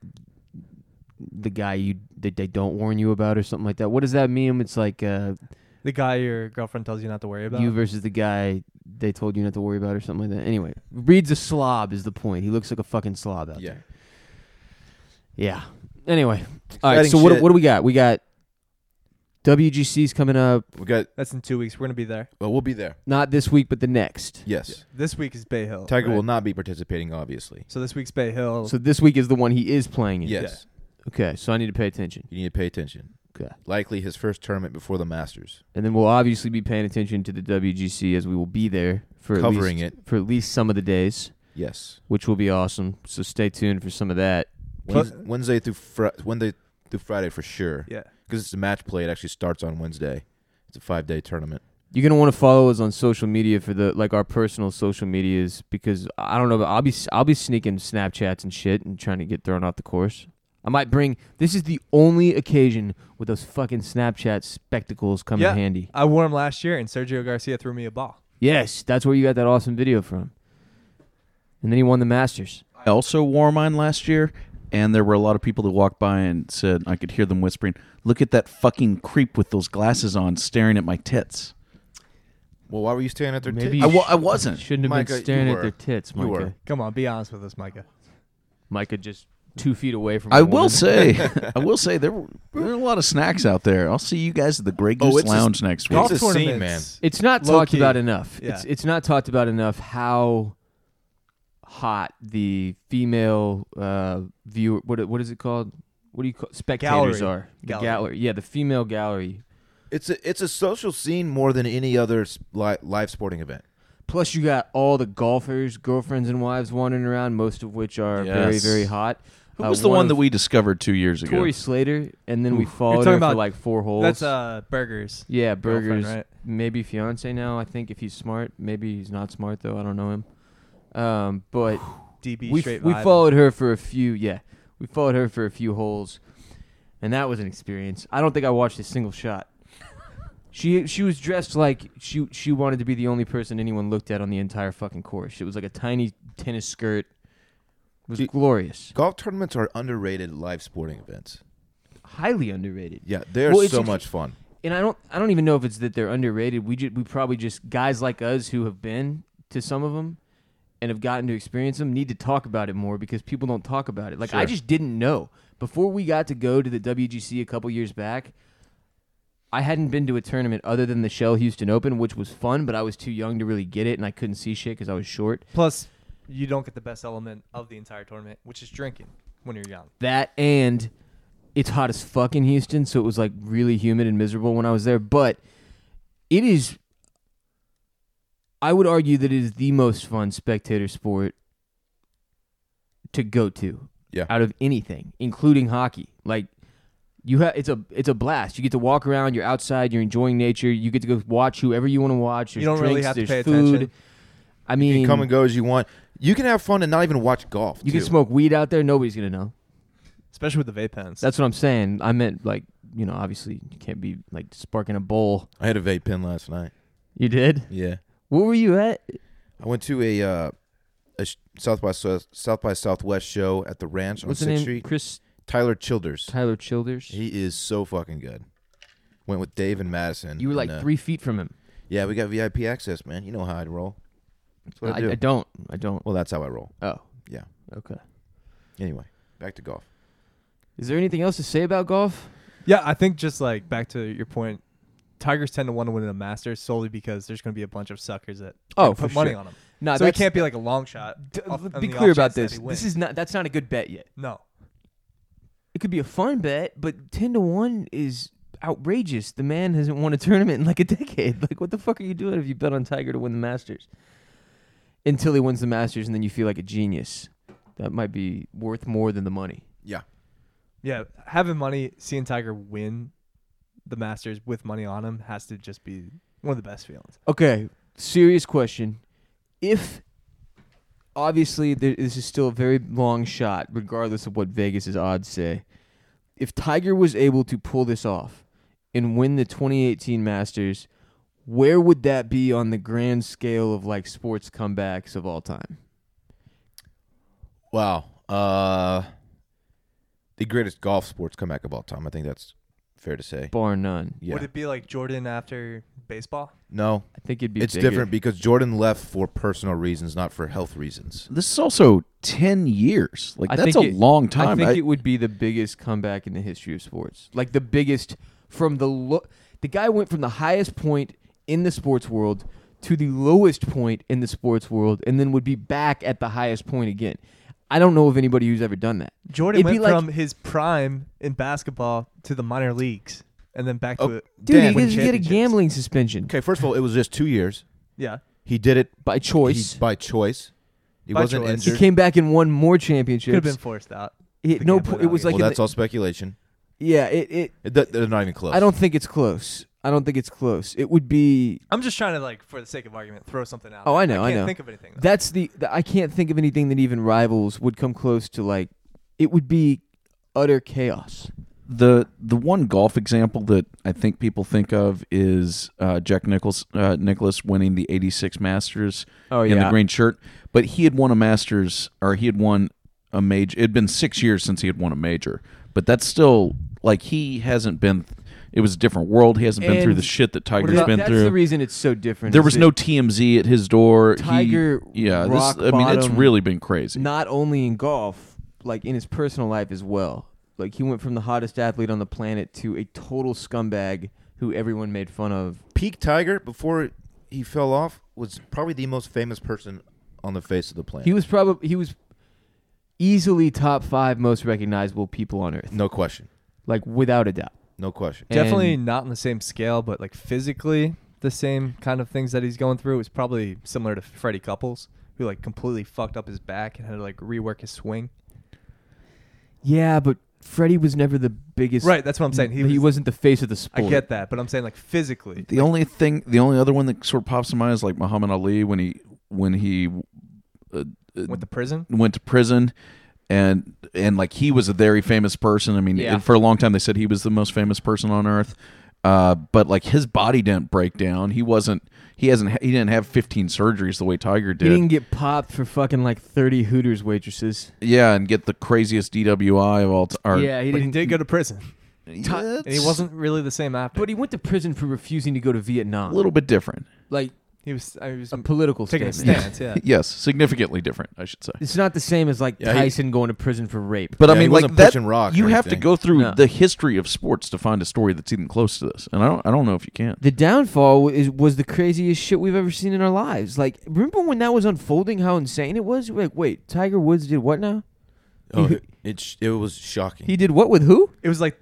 [SPEAKER 1] the guy you that they don't warn you about or something like that. What does that meme? It's like uh,
[SPEAKER 3] The guy your girlfriend tells you not to worry about.
[SPEAKER 1] you versus the guy they told you not to worry about or something like that. Anyway, Reed's a slob is the point. He looks like a fucking slob out
[SPEAKER 2] Yeah.
[SPEAKER 1] there. Yeah. Anyway, all right.
[SPEAKER 2] Exciting
[SPEAKER 1] So what
[SPEAKER 2] shit.
[SPEAKER 1] what do we got? We got WGC's coming up.
[SPEAKER 2] We got.
[SPEAKER 3] That's in two weeks. We're gonna be there.
[SPEAKER 2] Well, we'll be there.
[SPEAKER 1] Not this week, but the next.
[SPEAKER 2] Yes.
[SPEAKER 3] This week is Bay Hill.
[SPEAKER 2] Tiger
[SPEAKER 3] right?
[SPEAKER 2] will not be participating, obviously.
[SPEAKER 3] So this week's Bay Hill.
[SPEAKER 1] So this week is the one he is playing in.
[SPEAKER 2] Yes.
[SPEAKER 1] Okay. So I need to pay attention.
[SPEAKER 2] You need to pay attention.
[SPEAKER 1] Okay.
[SPEAKER 2] Likely his first tournament before the Masters.
[SPEAKER 1] and then we'll obviously be paying attention to the WGC as we will be there for
[SPEAKER 2] Covering
[SPEAKER 1] at least,
[SPEAKER 2] it.
[SPEAKER 1] for at least some of the days,
[SPEAKER 2] Yes.
[SPEAKER 1] which will be awesome. So stay tuned for some of that.
[SPEAKER 2] Wednes-
[SPEAKER 3] Plus-
[SPEAKER 2] Wednesday through Fri Wednesday through Friday for sure.
[SPEAKER 3] yeah.
[SPEAKER 2] Because it's a match play. It actually starts on Wednesday. It's a five day tournament.
[SPEAKER 1] You're gonna want to follow us on social media for the like our personal social medias because I don't know, but I'll be I'll be sneaking Snapchats and shit and trying to get thrown off the course. I might bring. This is the only occasion where those fucking Snapchat spectacles come
[SPEAKER 3] Yeah.
[SPEAKER 1] in handy.
[SPEAKER 3] I wore him last year, and Sergio Garcia threw me a ball.
[SPEAKER 1] Yes, that's where you got that awesome video from. And then he won the Masters.
[SPEAKER 4] I also wore mine last year, and there were a lot of people that walked by and said I could hear them whispering, "Look at that fucking creep with those glasses on, staring at my tits."
[SPEAKER 2] Well, why were you staring at their
[SPEAKER 1] Maybe
[SPEAKER 4] I,
[SPEAKER 2] tits?
[SPEAKER 1] you-
[SPEAKER 4] wa- I wasn't.
[SPEAKER 1] Shouldn't have
[SPEAKER 2] Micah, you
[SPEAKER 1] been staring at
[SPEAKER 2] were.
[SPEAKER 1] their tits,
[SPEAKER 2] You
[SPEAKER 1] Micah.
[SPEAKER 2] were.
[SPEAKER 3] Come on, be honest with us, Micah.
[SPEAKER 1] Micah just two feet away from.
[SPEAKER 4] I
[SPEAKER 1] a
[SPEAKER 4] will
[SPEAKER 1] woman.
[SPEAKER 4] say, I will say there were, there were a lot of snacks out there. I'll see you guys at the Grey
[SPEAKER 2] Oh,
[SPEAKER 4] Goose
[SPEAKER 2] it's a-
[SPEAKER 4] Lounge next week.
[SPEAKER 2] Golf
[SPEAKER 3] Golf
[SPEAKER 2] a scene,
[SPEAKER 3] tournaments.
[SPEAKER 1] it's not
[SPEAKER 3] Low
[SPEAKER 1] talked
[SPEAKER 3] key.
[SPEAKER 1] about enough.
[SPEAKER 3] Yeah.
[SPEAKER 1] It's it's not talked about enough how hot the female uh, viewer. What what is it called? What do you call spectators
[SPEAKER 3] Gallery.
[SPEAKER 1] are? The
[SPEAKER 3] Gallery.
[SPEAKER 1] gallery. Yeah, the female gallery.
[SPEAKER 2] It's a it's a social scene more than any other s- li- live sporting event.
[SPEAKER 1] Plus, you got all the golfers, girlfriends, and wives wandering around, most of which are very
[SPEAKER 4] Yes.
[SPEAKER 1] very hot.
[SPEAKER 4] Who
[SPEAKER 1] Uh,
[SPEAKER 4] was the one
[SPEAKER 1] of
[SPEAKER 4] that we discovered two years ago?
[SPEAKER 1] Tori Slater, and then we
[SPEAKER 4] Oof. You're
[SPEAKER 1] followed
[SPEAKER 3] talking
[SPEAKER 1] her for
[SPEAKER 3] about-
[SPEAKER 1] like four holes.
[SPEAKER 3] That's uh burgers.
[SPEAKER 1] Yeah,
[SPEAKER 3] Girlfriend,
[SPEAKER 1] burgers.
[SPEAKER 3] right?
[SPEAKER 1] Maybe fiance now. I think if he's smart, maybe he's not smart though. I don't know him. Um, but
[SPEAKER 3] DB
[SPEAKER 1] we
[SPEAKER 3] straight.
[SPEAKER 1] we
[SPEAKER 3] vibing.
[SPEAKER 1] followed her for a few. Yeah, we followed her for a few holes, and that was an experience. I don't think I watched a single shot. She she was dressed like she she wanted to be the only person anyone looked at on the entire fucking course. It was like a tiny tennis skirt. It was
[SPEAKER 2] Dude.
[SPEAKER 1] glorious.
[SPEAKER 2] Golf tournaments are underrated live sporting events.
[SPEAKER 1] Highly underrated.
[SPEAKER 2] Yeah, they're
[SPEAKER 1] Well, it's
[SPEAKER 2] so
[SPEAKER 1] ex-
[SPEAKER 2] much fun.
[SPEAKER 1] and I don't I don't even know if it's that they're underrated. We just we probably just guys like us who have been to some of them and have gotten to experience them need to talk about it more because people don't talk about it. Like I
[SPEAKER 2] Sure.
[SPEAKER 1] just didn't know before we got to go to the WGC a couple years back. I hadn't been to a tournament other than the Shell Houston Open, which was fun, but I was too young to really get it, and I couldn't see shit because I was short.
[SPEAKER 3] Plus, you don't get the best element of the entire tournament, which is drinking when you're young.
[SPEAKER 1] That and it's hot as fuck in Houston, so it was like really humid and miserable when I was there. But it is, I would argue that it is the most fun spectator sport to go to.
[SPEAKER 2] Yeah.
[SPEAKER 1] Out of anything, including hockey, like you have, it's a it's a blast. You get to walk around. You're outside. You're enjoying nature. You get to go watch whoever you want to watch. There's
[SPEAKER 3] you don't
[SPEAKER 1] drinks,
[SPEAKER 3] really have to
[SPEAKER 1] there's
[SPEAKER 3] pay
[SPEAKER 1] food.
[SPEAKER 3] attention.
[SPEAKER 1] I
[SPEAKER 2] You
[SPEAKER 1] mean,
[SPEAKER 2] can come and go as you want. You can have fun and not even watch golf.
[SPEAKER 1] You
[SPEAKER 2] too.
[SPEAKER 1] can smoke weed out there. Nobody's gonna know.
[SPEAKER 3] Especially with the vape pens.
[SPEAKER 1] That's what I'm saying. I meant like you know, obviously you can't be like sparking a bowl.
[SPEAKER 2] I had a vape pen last night.
[SPEAKER 1] You did.
[SPEAKER 2] Yeah,
[SPEAKER 1] What were you at?
[SPEAKER 2] I went to a, uh, a sh- South by South, South by Southwest show at the ranch
[SPEAKER 1] What's the
[SPEAKER 2] on
[SPEAKER 1] name?
[SPEAKER 2] Sixth Street.
[SPEAKER 1] Chris
[SPEAKER 2] Tyler Childers.
[SPEAKER 1] Tyler Childers.
[SPEAKER 2] He is so fucking good. Went with Dave and Madison.
[SPEAKER 1] you were like
[SPEAKER 2] and, uh,
[SPEAKER 1] three feet from him.
[SPEAKER 2] Yeah, we got VIP access, man. You know how I'd roll. That's what I,
[SPEAKER 1] I,
[SPEAKER 2] do.
[SPEAKER 1] I don't. I don't.
[SPEAKER 2] well, that's how I roll.
[SPEAKER 1] Oh,
[SPEAKER 2] Yeah.
[SPEAKER 1] okay.
[SPEAKER 2] Anyway, back to golf.
[SPEAKER 1] Is there anything else to say about golf?
[SPEAKER 3] yeah, I think just like back to your point, Tigers tend to want to win the Masters solely because there's going to be a bunch of suckers that
[SPEAKER 1] Oh,
[SPEAKER 3] put
[SPEAKER 1] for
[SPEAKER 3] money
[SPEAKER 1] sure.
[SPEAKER 3] on them.
[SPEAKER 1] No,
[SPEAKER 3] so it
[SPEAKER 1] that's-
[SPEAKER 3] can't be like a long shot.
[SPEAKER 1] D-
[SPEAKER 3] off- on
[SPEAKER 1] be
[SPEAKER 3] the
[SPEAKER 1] clear
[SPEAKER 3] off
[SPEAKER 1] about
[SPEAKER 3] chance that
[SPEAKER 1] this.
[SPEAKER 3] he
[SPEAKER 1] This
[SPEAKER 3] wins.
[SPEAKER 1] is not. That's not a good bet yet.
[SPEAKER 3] no.
[SPEAKER 1] It could be a fun bet, but ten to one is outrageous. The man hasn't won a tournament in like a decade. Like, what the fuck are you doing if you bet on Tiger to win the Masters? Until he wins the Masters, and then you feel like a genius. That might be worth more than the money.
[SPEAKER 2] Yeah.
[SPEAKER 3] Yeah, having money, seeing Tiger win the Masters with money on him has to just be one of the best feelings.
[SPEAKER 1] Okay, serious question. If obviously there, this is still a very long shot, regardless of what Vegas's odds say, if Tiger was able to pull this off and win the 2018 Masters, where would that be on the grand scale of like sports comebacks of all time?
[SPEAKER 2] Wow. Uh, the greatest golf sports comeback of all time. I think that's fair to say.
[SPEAKER 1] Bar none.
[SPEAKER 2] Yeah.
[SPEAKER 3] Would it be like Jordan after baseball?
[SPEAKER 2] no,
[SPEAKER 1] I think it'd be.
[SPEAKER 2] it's
[SPEAKER 1] bigger.
[SPEAKER 2] different because Jordan left for personal reasons, not for health reasons.
[SPEAKER 4] This is also ten years. Like
[SPEAKER 1] I
[SPEAKER 4] that's a
[SPEAKER 1] think it-
[SPEAKER 4] long time.
[SPEAKER 1] I think
[SPEAKER 4] I-
[SPEAKER 1] it would be the biggest comeback in the history of sports. Like the biggest from the lo- the guy went from the highest point in the sports world to the lowest point in the sports world and then would be back at the highest point again. I don't know of anybody who's ever done that.
[SPEAKER 3] Jordan
[SPEAKER 1] It'd be
[SPEAKER 3] went
[SPEAKER 1] like-
[SPEAKER 3] from his prime in basketball to the minor leagues and then back to
[SPEAKER 2] Oh,
[SPEAKER 3] it.
[SPEAKER 1] Dude,
[SPEAKER 2] Dan,
[SPEAKER 1] he,
[SPEAKER 2] when
[SPEAKER 1] gets, he had a
[SPEAKER 3] championships.
[SPEAKER 1] gambling suspension
[SPEAKER 2] Okay, first of all, it was just two years.
[SPEAKER 3] Yeah.
[SPEAKER 2] He did it
[SPEAKER 1] by choice.
[SPEAKER 2] he- by choice. He
[SPEAKER 3] By
[SPEAKER 2] wasn't
[SPEAKER 3] choice.
[SPEAKER 1] He,
[SPEAKER 2] injured.
[SPEAKER 1] came back and won more
[SPEAKER 3] Could have
[SPEAKER 1] championships.
[SPEAKER 3] been forced out.
[SPEAKER 1] He-
[SPEAKER 3] the
[SPEAKER 1] no,
[SPEAKER 3] gambling
[SPEAKER 1] po- it was
[SPEAKER 3] algorithm.
[SPEAKER 1] like
[SPEAKER 2] well,
[SPEAKER 1] in
[SPEAKER 2] that's
[SPEAKER 1] the-
[SPEAKER 2] all speculation.
[SPEAKER 1] yeah, it, it.
[SPEAKER 2] It, that, they're not even close.
[SPEAKER 1] I don't think it's close. I don't think it's close. It would be
[SPEAKER 3] I'm just trying to like, for the sake of argument, throw something out.
[SPEAKER 1] Oh,
[SPEAKER 3] there.
[SPEAKER 1] I know, I
[SPEAKER 3] can't
[SPEAKER 1] know.
[SPEAKER 3] Think of anything. though.
[SPEAKER 1] That's the, the I can't think of anything that even rivals would come close to like it would be utter chaos.
[SPEAKER 4] the the one golf example that I think people think of is uh, Jack Nichols uh, Nicholas winning the '86 Masters
[SPEAKER 1] Oh,
[SPEAKER 4] in
[SPEAKER 1] yeah.
[SPEAKER 4] the green shirt, but he had won a Masters or he had won a major. It had been six years since he had won a major, but that's still like he hasn't been. It was a different world. He hasn't been through
[SPEAKER 1] And
[SPEAKER 4] the shit that
[SPEAKER 1] What
[SPEAKER 4] Tiger's
[SPEAKER 1] about-
[SPEAKER 4] been
[SPEAKER 1] that's
[SPEAKER 4] through.
[SPEAKER 1] the reason it's so different.
[SPEAKER 4] there
[SPEAKER 1] is
[SPEAKER 4] was
[SPEAKER 1] that
[SPEAKER 4] no TMZ at his door. He-
[SPEAKER 1] Tiger
[SPEAKER 4] yeah.
[SPEAKER 1] rock
[SPEAKER 4] this, I mean, it's
[SPEAKER 1] bottom-
[SPEAKER 4] really been crazy.
[SPEAKER 1] not only in golf, like in his personal life as well. Like he went from the hottest athlete on the planet to a total scumbag who everyone made fun of.
[SPEAKER 2] peak Tiger before he fell off was probably the most famous person on the face of the planet.
[SPEAKER 1] He was probably he was easily top 5 most recognizable people on earth.
[SPEAKER 2] no question.
[SPEAKER 1] Like without a doubt.
[SPEAKER 2] No question.
[SPEAKER 3] Definitely
[SPEAKER 1] And-
[SPEAKER 3] not on the same scale, but like physically, the same kind of things that he's going through is probably similar to Freddie Couples, who like completely fucked up his back and had to like rework his swing.
[SPEAKER 1] Yeah, but Freddie was never the biggest
[SPEAKER 3] Right, that's what I'm saying. He,
[SPEAKER 1] He,
[SPEAKER 3] was,
[SPEAKER 1] wasn't the face of the sport.
[SPEAKER 3] I get that, but I'm saying like physically.
[SPEAKER 4] The only thing, the only other one that sort of pops to mind is like Muhammad Ali when he when he uh, uh,
[SPEAKER 3] Went to prison.
[SPEAKER 4] went to prison, and and like he was a very famous person. I mean,
[SPEAKER 1] Yeah.
[SPEAKER 4] for a long time they said he was the most famous person on earth. Uh, but like his body didn't break down. He wasn't. He hasn't. He didn't have 15 surgeries the way Tiger
[SPEAKER 1] He didn't
[SPEAKER 4] did.
[SPEAKER 1] get popped for fucking like thirty Hooters waitresses.
[SPEAKER 4] Yeah, and get the craziest DWI of all time.
[SPEAKER 1] he
[SPEAKER 3] But he did go to prison,
[SPEAKER 4] yeah,
[SPEAKER 3] and he wasn't really the same after.
[SPEAKER 1] But he went to prison for refusing to go to
[SPEAKER 4] a
[SPEAKER 1] Vietnam.
[SPEAKER 4] little bit different.
[SPEAKER 1] like
[SPEAKER 3] He was. I was
[SPEAKER 1] a political
[SPEAKER 3] taking a
[SPEAKER 1] statement.
[SPEAKER 3] stance. Yeah.
[SPEAKER 4] Yes, significantly different, I should say.
[SPEAKER 1] It's not the same as like
[SPEAKER 2] Yeah, he-
[SPEAKER 1] Tyson going to prison for rape.
[SPEAKER 4] But I
[SPEAKER 2] Yeah, he
[SPEAKER 4] mean, like
[SPEAKER 2] wasn't
[SPEAKER 4] that,
[SPEAKER 2] pushing rock or
[SPEAKER 4] you have to
[SPEAKER 2] anything.
[SPEAKER 4] go through
[SPEAKER 1] No.
[SPEAKER 4] the history of sports to find a story that's even close to this, and I don't, I don't know if you can.
[SPEAKER 1] the downfall is was the craziest shit we've ever seen in our lives. Like, remember when that was unfolding? How insane it was. We're like, wait, Tiger Woods did what now?
[SPEAKER 2] Oh,
[SPEAKER 1] He-
[SPEAKER 2] it, it, sh- it was shocking.
[SPEAKER 1] He did what with who?
[SPEAKER 3] It was like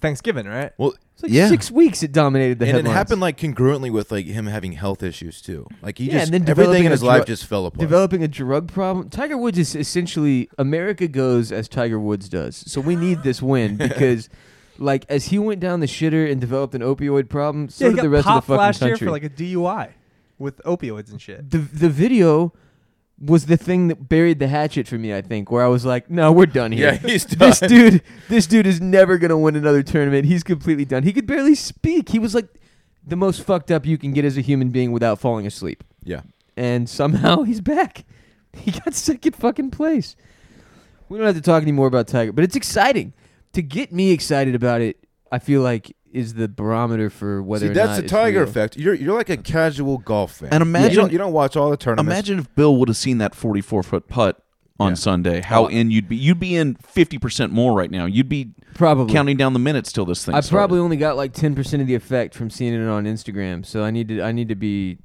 [SPEAKER 3] Thanksgiving, right?
[SPEAKER 2] well,
[SPEAKER 1] It's like
[SPEAKER 4] Yeah.
[SPEAKER 1] six weeks it dominated the
[SPEAKER 2] and
[SPEAKER 1] headlines.
[SPEAKER 2] it happened like congruently with like him having health issues too. Like he
[SPEAKER 1] Yeah,
[SPEAKER 2] just
[SPEAKER 1] and then
[SPEAKER 2] everything
[SPEAKER 1] developing
[SPEAKER 2] in
[SPEAKER 1] a
[SPEAKER 2] his life
[SPEAKER 1] dru-
[SPEAKER 2] just fell apart.
[SPEAKER 1] developing a drug problem. Tiger Woods is essentially America goes as Tiger Woods does. So we need this win because, like, as he went down the shitter and developed an opioid problem, so
[SPEAKER 3] yeah, he
[SPEAKER 1] did
[SPEAKER 3] got
[SPEAKER 1] the rest
[SPEAKER 3] popped
[SPEAKER 1] of the fucking
[SPEAKER 3] last
[SPEAKER 1] country.
[SPEAKER 3] year for like a DUI with opioids and shit.
[SPEAKER 1] the the video was the thing that buried the hatchet for me. I think where I was like, no, we're done here.
[SPEAKER 2] yeah, he's done.
[SPEAKER 1] this dude, this dude is never gonna win another tournament. He's completely done. He could barely speak. He was like the most fucked up you can get as a human being without falling asleep.
[SPEAKER 2] Yeah,
[SPEAKER 1] and somehow he's back. He got second fucking place. We don't have to talk anymore about Tiger, but it's exciting. To get me excited about it, I feel like is the barometer for whether
[SPEAKER 2] see
[SPEAKER 1] or
[SPEAKER 2] that's
[SPEAKER 1] not
[SPEAKER 2] the
[SPEAKER 1] it's
[SPEAKER 2] Tiger
[SPEAKER 1] real.
[SPEAKER 2] effect. You're you're like a casual golf fan,
[SPEAKER 4] And
[SPEAKER 2] you don't
[SPEAKER 4] imagine-
[SPEAKER 2] you don't watch all the tournaments.
[SPEAKER 4] Imagine if Bill would have seen that 44 foot putt on
[SPEAKER 2] Yeah.
[SPEAKER 4] Sunday. How
[SPEAKER 2] Oh, I-
[SPEAKER 4] in you'd be? You'd be in 50 percent more right now. You'd be
[SPEAKER 1] Probably.
[SPEAKER 4] counting down the minutes till this thing.
[SPEAKER 1] I
[SPEAKER 4] started.
[SPEAKER 1] probably only got like ten percent of the effect from seeing it on Instagram, so I need to I need to be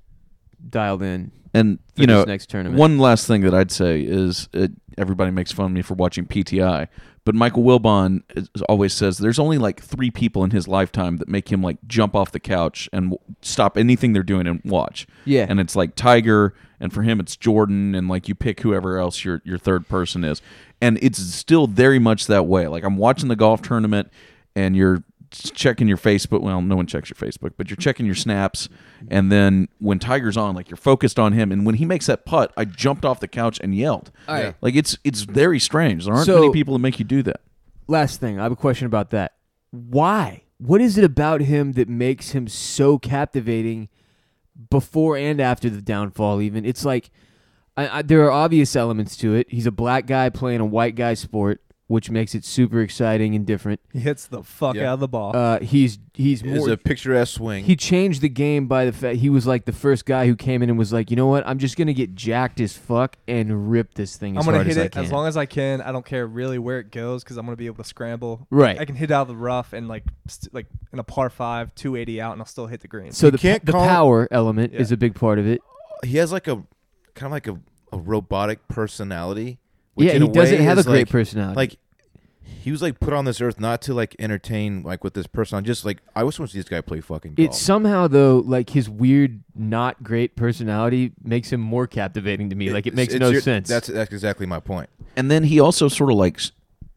[SPEAKER 1] dialed in.
[SPEAKER 4] and
[SPEAKER 1] for
[SPEAKER 4] you know
[SPEAKER 1] this next tournament.
[SPEAKER 4] One last thing that I'd say is uh everybody makes fun of me for watching PTI, but Michael Wilbon is, always says there's only like three people in his lifetime that make him like jump off the couch and w- stop anything they're doing and watch.
[SPEAKER 1] Yeah.
[SPEAKER 4] and it's like Tiger, and for him it's Jordan, and like you pick whoever else your your third person is, and it's still very much that way. Like I'm watching the golf tournament, and you're checking your Facebook. Well, no one checks your Facebook, but you're checking your snaps. And then when Tiger's on, like you're focused on him. And when he makes that putt, I jumped off the couch and yelled.
[SPEAKER 1] All right.
[SPEAKER 4] Like it's it's very strange. There aren't
[SPEAKER 1] So-
[SPEAKER 4] many people that make you do that.
[SPEAKER 1] Last thing, I have a question about that. Why? What is it about him that makes him so captivating before and after the downfall? Even it's like I, I, there are obvious elements to it. He's a black guy playing a white guy sport, which makes it super exciting and different.
[SPEAKER 3] He hits the fuck
[SPEAKER 2] Yeah.
[SPEAKER 3] out of the ball.
[SPEAKER 1] Uh, he's he's
[SPEAKER 2] It is
[SPEAKER 1] more
[SPEAKER 2] a picturesque swing.
[SPEAKER 1] he changed the game by the fact he was like the first guy who came in and was like, you know what, I'm just gonna get jacked as fuck and rip this thing. As
[SPEAKER 3] I'm gonna
[SPEAKER 1] hard
[SPEAKER 3] hit
[SPEAKER 1] as I
[SPEAKER 3] it
[SPEAKER 1] can.
[SPEAKER 3] as long as I can. I don't care really where it goes because I'm gonna be able to scramble.
[SPEAKER 1] Right.
[SPEAKER 3] I can hit out of the rough and like st- like in a par five, 280 out, and I'll still hit the green.
[SPEAKER 1] so the,
[SPEAKER 2] can't
[SPEAKER 1] the
[SPEAKER 2] call-
[SPEAKER 1] power element is
[SPEAKER 3] Yeah.
[SPEAKER 1] a big part of it.
[SPEAKER 2] he has like a kind of like a, a robotic personality. Which
[SPEAKER 1] yeah,
[SPEAKER 2] in
[SPEAKER 1] he
[SPEAKER 2] a
[SPEAKER 1] doesn't
[SPEAKER 2] way
[SPEAKER 1] have a
[SPEAKER 2] is
[SPEAKER 1] great
[SPEAKER 2] like,
[SPEAKER 1] personality.
[SPEAKER 2] Like he was like put on this earth not to like entertain like with this person. I'm just like I always want to see this guy play fucking
[SPEAKER 3] Oh.
[SPEAKER 2] golf.
[SPEAKER 1] it somehow though, like his weird, not great personality makes him more captivating to me. like it
[SPEAKER 2] It's-
[SPEAKER 1] makes
[SPEAKER 2] it's
[SPEAKER 1] no
[SPEAKER 2] your-
[SPEAKER 1] sense.
[SPEAKER 2] That's that's exactly my point.
[SPEAKER 4] And then he also sort of like, s-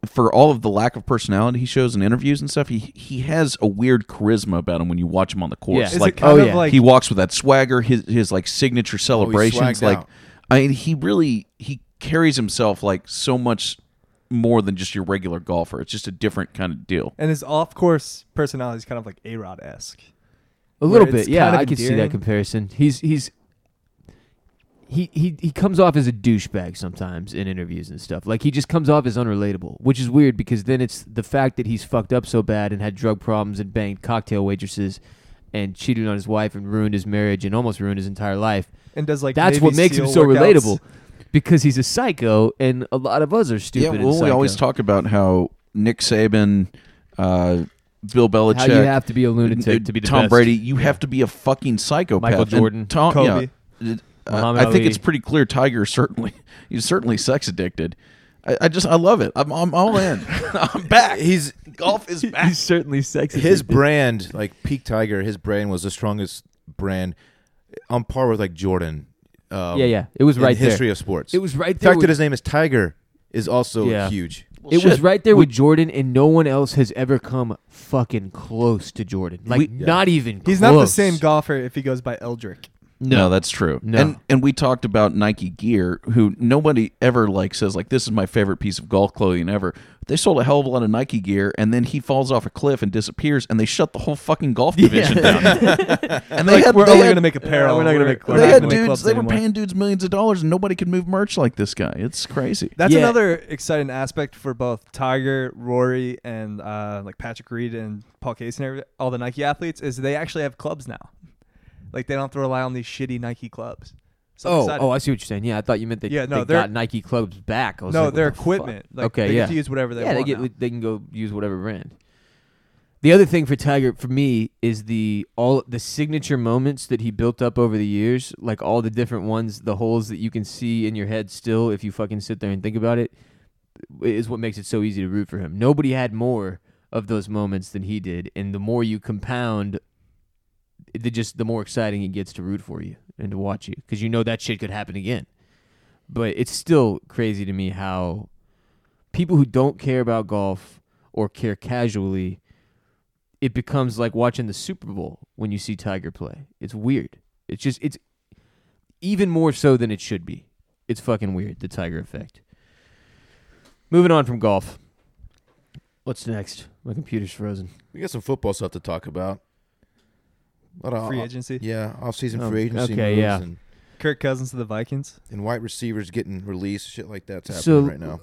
[SPEAKER 4] for all of the lack of personality he shows in interviews and stuff, he he has a weird charisma about him when you watch him on the course.
[SPEAKER 1] Yeah.
[SPEAKER 3] Is
[SPEAKER 4] Like uh,
[SPEAKER 3] it kind
[SPEAKER 1] oh,
[SPEAKER 3] of
[SPEAKER 1] yeah.
[SPEAKER 3] like
[SPEAKER 4] he walks with that swagger, his his like signature
[SPEAKER 1] Oh,
[SPEAKER 4] celebrations.
[SPEAKER 2] swagged
[SPEAKER 4] like,
[SPEAKER 2] out.
[SPEAKER 4] I mean, he really he carries himself like so much more than just your regular golfer. It's just a different kind of deal.
[SPEAKER 3] and his off course personality is kind of like A Rod esque.
[SPEAKER 1] a little
[SPEAKER 3] where it's
[SPEAKER 1] bit, yeah.
[SPEAKER 3] kind of
[SPEAKER 1] I can see that
[SPEAKER 3] endearing.
[SPEAKER 1] comparison. He's he's he he he comes off as a douchebag sometimes in interviews and stuff. Like he just comes off as unrelatable, which is weird because then it's the fact that he's fucked up so bad and had drug problems and banged cocktail waitresses and cheated on his wife and ruined his marriage and almost ruined his entire life.
[SPEAKER 3] And does like
[SPEAKER 1] That's
[SPEAKER 3] Navy
[SPEAKER 1] what makes him
[SPEAKER 3] SEAL
[SPEAKER 1] so
[SPEAKER 3] workouts.
[SPEAKER 1] relatable. Because he's a psycho, and a lot of us are stupid.
[SPEAKER 4] yeah,
[SPEAKER 1] and
[SPEAKER 4] well, we
[SPEAKER 1] psycho.
[SPEAKER 4] always talk about how Nick Saban, uh, Bill Belichick,
[SPEAKER 1] How you have to be a lunatic to be the
[SPEAKER 4] uh, Tom
[SPEAKER 1] best.
[SPEAKER 4] Brady. You have to be a fucking psychopath.
[SPEAKER 1] Michael
[SPEAKER 4] And
[SPEAKER 1] Jordan,
[SPEAKER 4] Tom,
[SPEAKER 3] Kobe,
[SPEAKER 4] yeah, it- I,
[SPEAKER 1] Muhammad
[SPEAKER 4] I think
[SPEAKER 1] Ali.
[SPEAKER 4] it's pretty clear. Tiger certainly, he's certainly sex addicted. I, I just, I love it. I'm, I'm all in. I'm back.
[SPEAKER 2] He's
[SPEAKER 4] Golf is back.
[SPEAKER 1] He's certainly sexy.
[SPEAKER 2] his brand, like Peak Tiger, his brand was the strongest brand on par with like Jordan. Um,
[SPEAKER 1] Yeah, yeah. It was
[SPEAKER 2] in
[SPEAKER 1] right there.
[SPEAKER 2] history of sports.
[SPEAKER 1] It was right
[SPEAKER 2] the
[SPEAKER 1] there.
[SPEAKER 2] fact that
[SPEAKER 1] With,
[SPEAKER 2] his name is Tiger is also
[SPEAKER 1] Yeah.
[SPEAKER 2] huge.
[SPEAKER 1] it was
[SPEAKER 4] Shit.
[SPEAKER 1] right there with Jordan, and no one else has ever come fucking close to Jordan. Like
[SPEAKER 4] We-
[SPEAKER 1] not even.
[SPEAKER 3] He's not the
[SPEAKER 1] close.
[SPEAKER 3] same golfer if he goes by Eldrick.
[SPEAKER 4] No, that's true.
[SPEAKER 1] No.
[SPEAKER 4] And and we talked about Nike gear, who nobody ever like says like this is my favorite piece of golf clothing ever. They sold a hell of a lot of Nike gear, and then he falls off a cliff and disappears, and they shut the whole fucking golf division down. and they had
[SPEAKER 3] we're
[SPEAKER 4] they
[SPEAKER 3] only
[SPEAKER 4] had-
[SPEAKER 3] gonna make apparel.
[SPEAKER 1] we're not gonna
[SPEAKER 3] We're-
[SPEAKER 1] make
[SPEAKER 3] we're
[SPEAKER 1] clubs.
[SPEAKER 4] they
[SPEAKER 3] not
[SPEAKER 4] had
[SPEAKER 3] gonna make
[SPEAKER 4] dudes.
[SPEAKER 3] clubs
[SPEAKER 4] They were
[SPEAKER 3] anymore.
[SPEAKER 4] paying dudes millions of dollars, and nobody could move merch like this guy. It's crazy.
[SPEAKER 3] That's
[SPEAKER 1] Yeah.
[SPEAKER 3] another exciting aspect for both Tiger, Rory, and uh, like Patrick Reed and Paul Casey and every- all the Nike athletes is they actually have clubs now. Like they don't have to rely on these shitty Nike clubs. So I'm
[SPEAKER 1] Oh,
[SPEAKER 3] excited.
[SPEAKER 1] oh, I see what you're saying. Yeah, I thought you meant they,
[SPEAKER 3] Yeah, no,
[SPEAKER 1] they
[SPEAKER 3] they're-
[SPEAKER 1] got Nike clubs back. I was
[SPEAKER 3] no,
[SPEAKER 1] like, what
[SPEAKER 3] their
[SPEAKER 1] the fuck?
[SPEAKER 3] equipment. Like,
[SPEAKER 1] okay,
[SPEAKER 3] they
[SPEAKER 1] yeah,
[SPEAKER 3] get to use whatever they
[SPEAKER 1] yeah,
[SPEAKER 3] want.
[SPEAKER 1] they get
[SPEAKER 3] now.
[SPEAKER 1] they can go use whatever brand. The other thing for Tiger for me is the all the signature moments that he built up over the years, like all the different ones, the holes that you can see in your head still if you fucking sit there and think about it, is what makes it so easy to root for him. Nobody had more of those moments than he did, and the more you compound, the just the more exciting it gets to root for you and to watch you because you know that shit could happen again. But it's still crazy to me how people who don't care about golf or care casually, it becomes like watching the Super Bowl when you see Tiger play. It's weird. It's just it's even more so than it should be. It's fucking weird, the Tiger effect. Moving on from golf. What's next? My computer's frozen.
[SPEAKER 2] We got some football stuff to talk about. A lot of
[SPEAKER 4] Uh,
[SPEAKER 3] free
[SPEAKER 2] off-
[SPEAKER 3] agency.
[SPEAKER 2] Yeah, off-season
[SPEAKER 1] Oh,
[SPEAKER 2] free agency
[SPEAKER 1] okay,
[SPEAKER 2] moves
[SPEAKER 1] yeah.
[SPEAKER 2] and,
[SPEAKER 3] Kirk Cousins to the Vikings.
[SPEAKER 2] and wide receivers getting released. Shit like that's happening
[SPEAKER 1] So-
[SPEAKER 2] right now.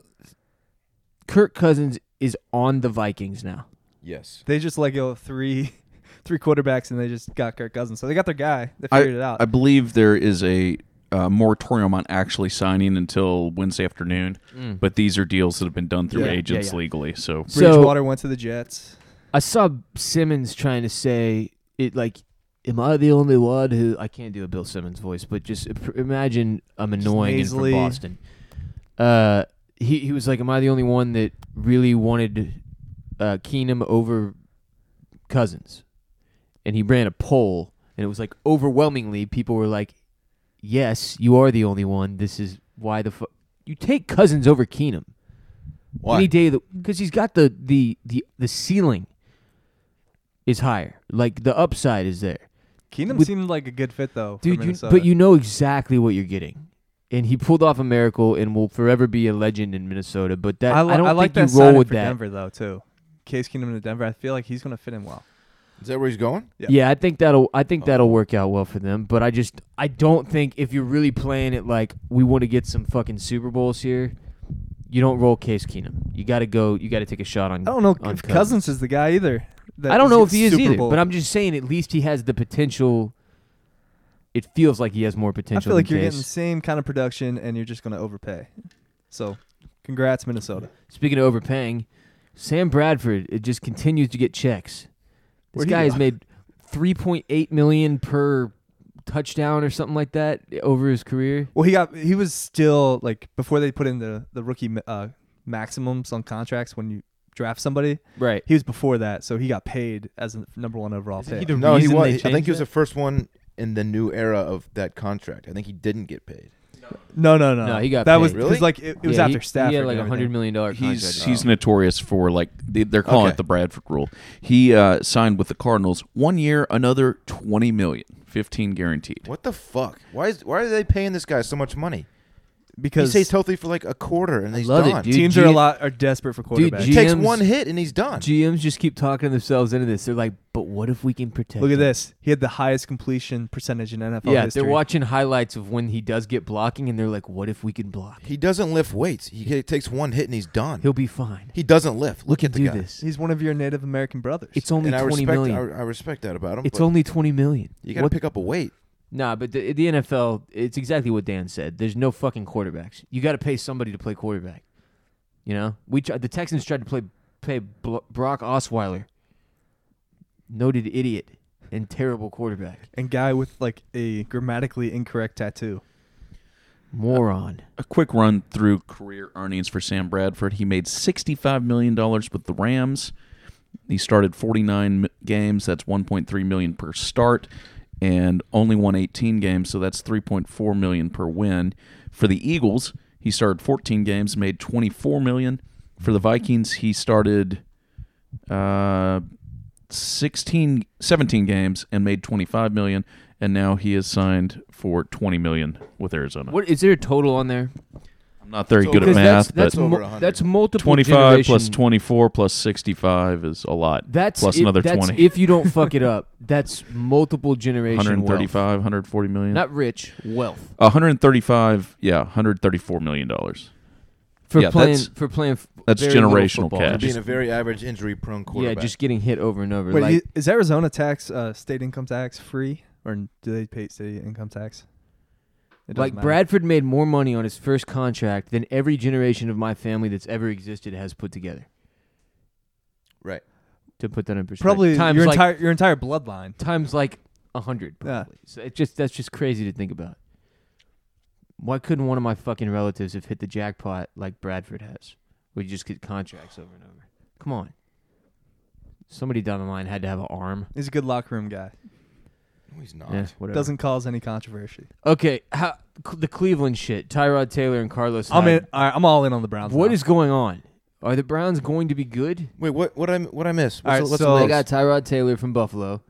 [SPEAKER 1] Kirk Cousins is on the Vikings now.
[SPEAKER 2] Yes.
[SPEAKER 3] They just let go of three, three quarterbacks, and they just got Kirk Cousins. So they got their guy. They
[SPEAKER 4] I,
[SPEAKER 3] figured it out.
[SPEAKER 4] I believe there is a uh, moratorium on actually signing until Wednesday afternoon, but these are deals that have been done through
[SPEAKER 2] Yeah.
[SPEAKER 4] agents
[SPEAKER 1] Yeah, yeah.
[SPEAKER 4] legally. So
[SPEAKER 3] Bridgewater went to the Jets.
[SPEAKER 1] I saw Simmons trying to say it like, "Am I the only one who?" I can't do a Bill Simmons voice, but just pr- imagine I'm annoying and from
[SPEAKER 3] nasally.
[SPEAKER 1] Boston. Uh, he he was like, "Am I the only one that really wanted uh, Keenum over Cousins?" And he ran a poll, and it was like overwhelmingly people were like, "Yes, you are the only one. This is why the fuck you take Cousins over Keenum."
[SPEAKER 2] Why?
[SPEAKER 1] Any day of the because he's got the the the the ceiling is higher. Like the upside is there,
[SPEAKER 3] Keenum
[SPEAKER 1] With-
[SPEAKER 3] seemed like a good fit though. for
[SPEAKER 1] dude. You,
[SPEAKER 3] Minnesota.
[SPEAKER 1] but you know exactly what you're getting, and he pulled off a miracle and will forever be a legend in Minnesota. But that I,
[SPEAKER 3] I, li-
[SPEAKER 1] don't
[SPEAKER 3] I like
[SPEAKER 1] think
[SPEAKER 3] that
[SPEAKER 1] you roll
[SPEAKER 3] signing
[SPEAKER 1] with
[SPEAKER 3] for
[SPEAKER 1] that.
[SPEAKER 3] Denver though too. Case Keenum to Denver. I feel like he's going to fit in well.
[SPEAKER 2] Is that where he's going?
[SPEAKER 3] Yeah. Oh.
[SPEAKER 1] Yeah. I think that'll I think that'll work out well for them. But I just I don't think if you're really playing it like we want to get some fucking Super Bowls here, you don't roll Case Keenum. You got to go. You got to take a shot on.
[SPEAKER 3] I don't know
[SPEAKER 1] on
[SPEAKER 3] if Cousins is the guy either. that
[SPEAKER 1] I don't know if
[SPEAKER 3] is
[SPEAKER 1] he is
[SPEAKER 3] Super
[SPEAKER 1] either,
[SPEAKER 3] Bowl.
[SPEAKER 1] but I'm just saying at least he has the potential. It feels like he has more
[SPEAKER 3] I
[SPEAKER 1] potential.
[SPEAKER 3] feel like
[SPEAKER 1] than
[SPEAKER 3] you're getting the
[SPEAKER 1] Case.
[SPEAKER 3] same kind of production, and you're just going to overpay. So, congrats, Minnesota.
[SPEAKER 1] Speaking of overpaying, Sam Bradford it just continues to get checks. This
[SPEAKER 3] Where'd he
[SPEAKER 1] guy has
[SPEAKER 3] go?
[SPEAKER 1] made 3.8 million per touchdown or something like that over his career.
[SPEAKER 3] Well, he got he was still like before they put in the the rookie uh, maximums on contracts when you draft somebody.
[SPEAKER 1] Right.
[SPEAKER 3] He was before that, so he got paid as a number one overall
[SPEAKER 1] Isn't
[SPEAKER 3] pick.
[SPEAKER 1] he the
[SPEAKER 2] No, he
[SPEAKER 1] reason
[SPEAKER 2] was.
[SPEAKER 1] they
[SPEAKER 2] I think
[SPEAKER 1] changed
[SPEAKER 2] he was
[SPEAKER 1] that?
[SPEAKER 2] the first one in the new era of that contract. I think he didn't get paid.
[SPEAKER 3] no, no, no,
[SPEAKER 1] No, he got
[SPEAKER 3] that
[SPEAKER 1] paid.
[SPEAKER 3] was 'cause,
[SPEAKER 2] Really?
[SPEAKER 3] like it, it was
[SPEAKER 1] Yeah,
[SPEAKER 3] after
[SPEAKER 1] he,
[SPEAKER 3] Stafford.
[SPEAKER 1] He had like
[SPEAKER 3] and
[SPEAKER 1] a hundred
[SPEAKER 3] everything.
[SPEAKER 1] million dollar contract.
[SPEAKER 4] he's he's notorious for like they- they're calling
[SPEAKER 2] Okay.
[SPEAKER 4] it the Bradford rule. He uh, signed with the Cardinals one year, another twenty million, fifteen guaranteed.
[SPEAKER 2] What the fuck? Why is why are they paying this guy so much money? He
[SPEAKER 3] because
[SPEAKER 2] stays healthy for like a quarter and he's
[SPEAKER 1] love it,
[SPEAKER 2] done.
[SPEAKER 1] dude.
[SPEAKER 3] teams are a
[SPEAKER 1] G-
[SPEAKER 3] lot are desperate for
[SPEAKER 1] Dude,
[SPEAKER 3] quarterbacks.
[SPEAKER 2] He takes
[SPEAKER 1] GMs
[SPEAKER 2] one hit and he's done.
[SPEAKER 1] GMs just keep talking themselves into this. They're like, but what if we can protect?
[SPEAKER 3] Look at
[SPEAKER 1] him?
[SPEAKER 3] this. He had the highest completion percentage in NFL
[SPEAKER 1] Yeah,
[SPEAKER 3] history.
[SPEAKER 1] they're watching highlights of when he does get blocking, and they're like, what if we can block?
[SPEAKER 2] he doesn't lift weights. He ca- takes one hit and he's done.
[SPEAKER 1] He'll be fine.
[SPEAKER 2] he doesn't lift. Look at the
[SPEAKER 1] do
[SPEAKER 2] guy.
[SPEAKER 1] this.
[SPEAKER 3] He's one of your Native American brothers.
[SPEAKER 1] It's only
[SPEAKER 2] and I
[SPEAKER 1] twenty
[SPEAKER 2] respect
[SPEAKER 1] million.
[SPEAKER 2] I, I respect that about him.
[SPEAKER 1] it's
[SPEAKER 2] but
[SPEAKER 1] only twenty million.
[SPEAKER 2] you got to
[SPEAKER 1] What-
[SPEAKER 2] pick up a weight.
[SPEAKER 1] Nah, but the, the NFL, it's exactly what Dan said. There's no fucking quarterbacks. You got to pay somebody to play quarterback. You know, we tried, the Texans tried to play play Bl- Brock Osweiler, noted idiot and terrible quarterback,
[SPEAKER 3] and guy with like a grammatically incorrect tattoo.
[SPEAKER 1] moron.
[SPEAKER 4] A quick run through career earnings for Sam Bradford. He made sixty-five million dollars with the Rams. He started forty-nine m- games. That's one point three million per start, and only won eighteen games, so that's three point four million per win. For the Eagles, he started fourteen games, made twenty-four million. For the Vikings, he started uh, 16 17 games and made 25 million and now he is signed for 20 million with Arizona.
[SPEAKER 1] What is there a total on there?
[SPEAKER 4] I'm not very
[SPEAKER 2] So-
[SPEAKER 4] good at
[SPEAKER 1] 'Cause
[SPEAKER 4] math,
[SPEAKER 1] that's that's,
[SPEAKER 2] It's
[SPEAKER 4] but
[SPEAKER 2] over
[SPEAKER 1] mul-
[SPEAKER 2] 100.
[SPEAKER 1] that's multiple
[SPEAKER 4] 25 plus
[SPEAKER 1] generation-
[SPEAKER 4] 24 plus 65 is a lot.
[SPEAKER 1] That's
[SPEAKER 4] plus
[SPEAKER 1] if-
[SPEAKER 4] another
[SPEAKER 1] that's
[SPEAKER 4] 20.
[SPEAKER 1] If you don't fuck it up, that's multiple generation wealth.
[SPEAKER 4] 135, 140 million.
[SPEAKER 1] Not rich, wealth.
[SPEAKER 4] 135, yeah, 134 million dollars.
[SPEAKER 1] for
[SPEAKER 4] Yeah,
[SPEAKER 1] playing
[SPEAKER 4] that's-
[SPEAKER 1] for playing. f-
[SPEAKER 4] that's
[SPEAKER 1] very little
[SPEAKER 4] generational
[SPEAKER 1] football.
[SPEAKER 4] cash.
[SPEAKER 2] Being
[SPEAKER 4] Just-
[SPEAKER 2] a very average injury prone
[SPEAKER 1] yeah,
[SPEAKER 2] quarterback.
[SPEAKER 1] just getting hit over and over.
[SPEAKER 3] Wait,
[SPEAKER 1] like,
[SPEAKER 3] i- is Arizona tax uh, state income tax free, or do they pay state income tax? It doesn't
[SPEAKER 1] Like
[SPEAKER 3] matter.
[SPEAKER 1] Bradford made more money on his first contract than every generation of my family that's ever existed has put together.
[SPEAKER 2] Right.
[SPEAKER 1] To put that in perspective,
[SPEAKER 3] probably
[SPEAKER 1] times
[SPEAKER 3] your
[SPEAKER 1] like,
[SPEAKER 3] entire your entire bloodline.
[SPEAKER 1] times like a hundred.
[SPEAKER 3] Yeah.
[SPEAKER 1] Probably. So it just that's just crazy to think about. Why couldn't one of my fucking relatives have hit the jackpot like Bradford has? We just get contracts over and over. Come on. Somebody down the line had to have an arm.
[SPEAKER 3] He's a good locker room guy.
[SPEAKER 2] No, he's not.
[SPEAKER 1] Yeah, whatever.
[SPEAKER 3] Doesn't cause any controversy.
[SPEAKER 1] Okay, how, cl- the Cleveland shit. Tyrod Taylor and Carlos.
[SPEAKER 3] I'm
[SPEAKER 1] Hyde.
[SPEAKER 3] in. All right, I'm all in on the Browns.
[SPEAKER 1] What
[SPEAKER 3] now.
[SPEAKER 1] is going on? Are the Browns going to be good?
[SPEAKER 2] Wait, what? What I what I miss? What's,
[SPEAKER 3] All right,
[SPEAKER 2] the- what's
[SPEAKER 3] so-
[SPEAKER 2] the
[SPEAKER 1] They
[SPEAKER 2] latest?
[SPEAKER 1] got Tyrod Taylor from Buffalo.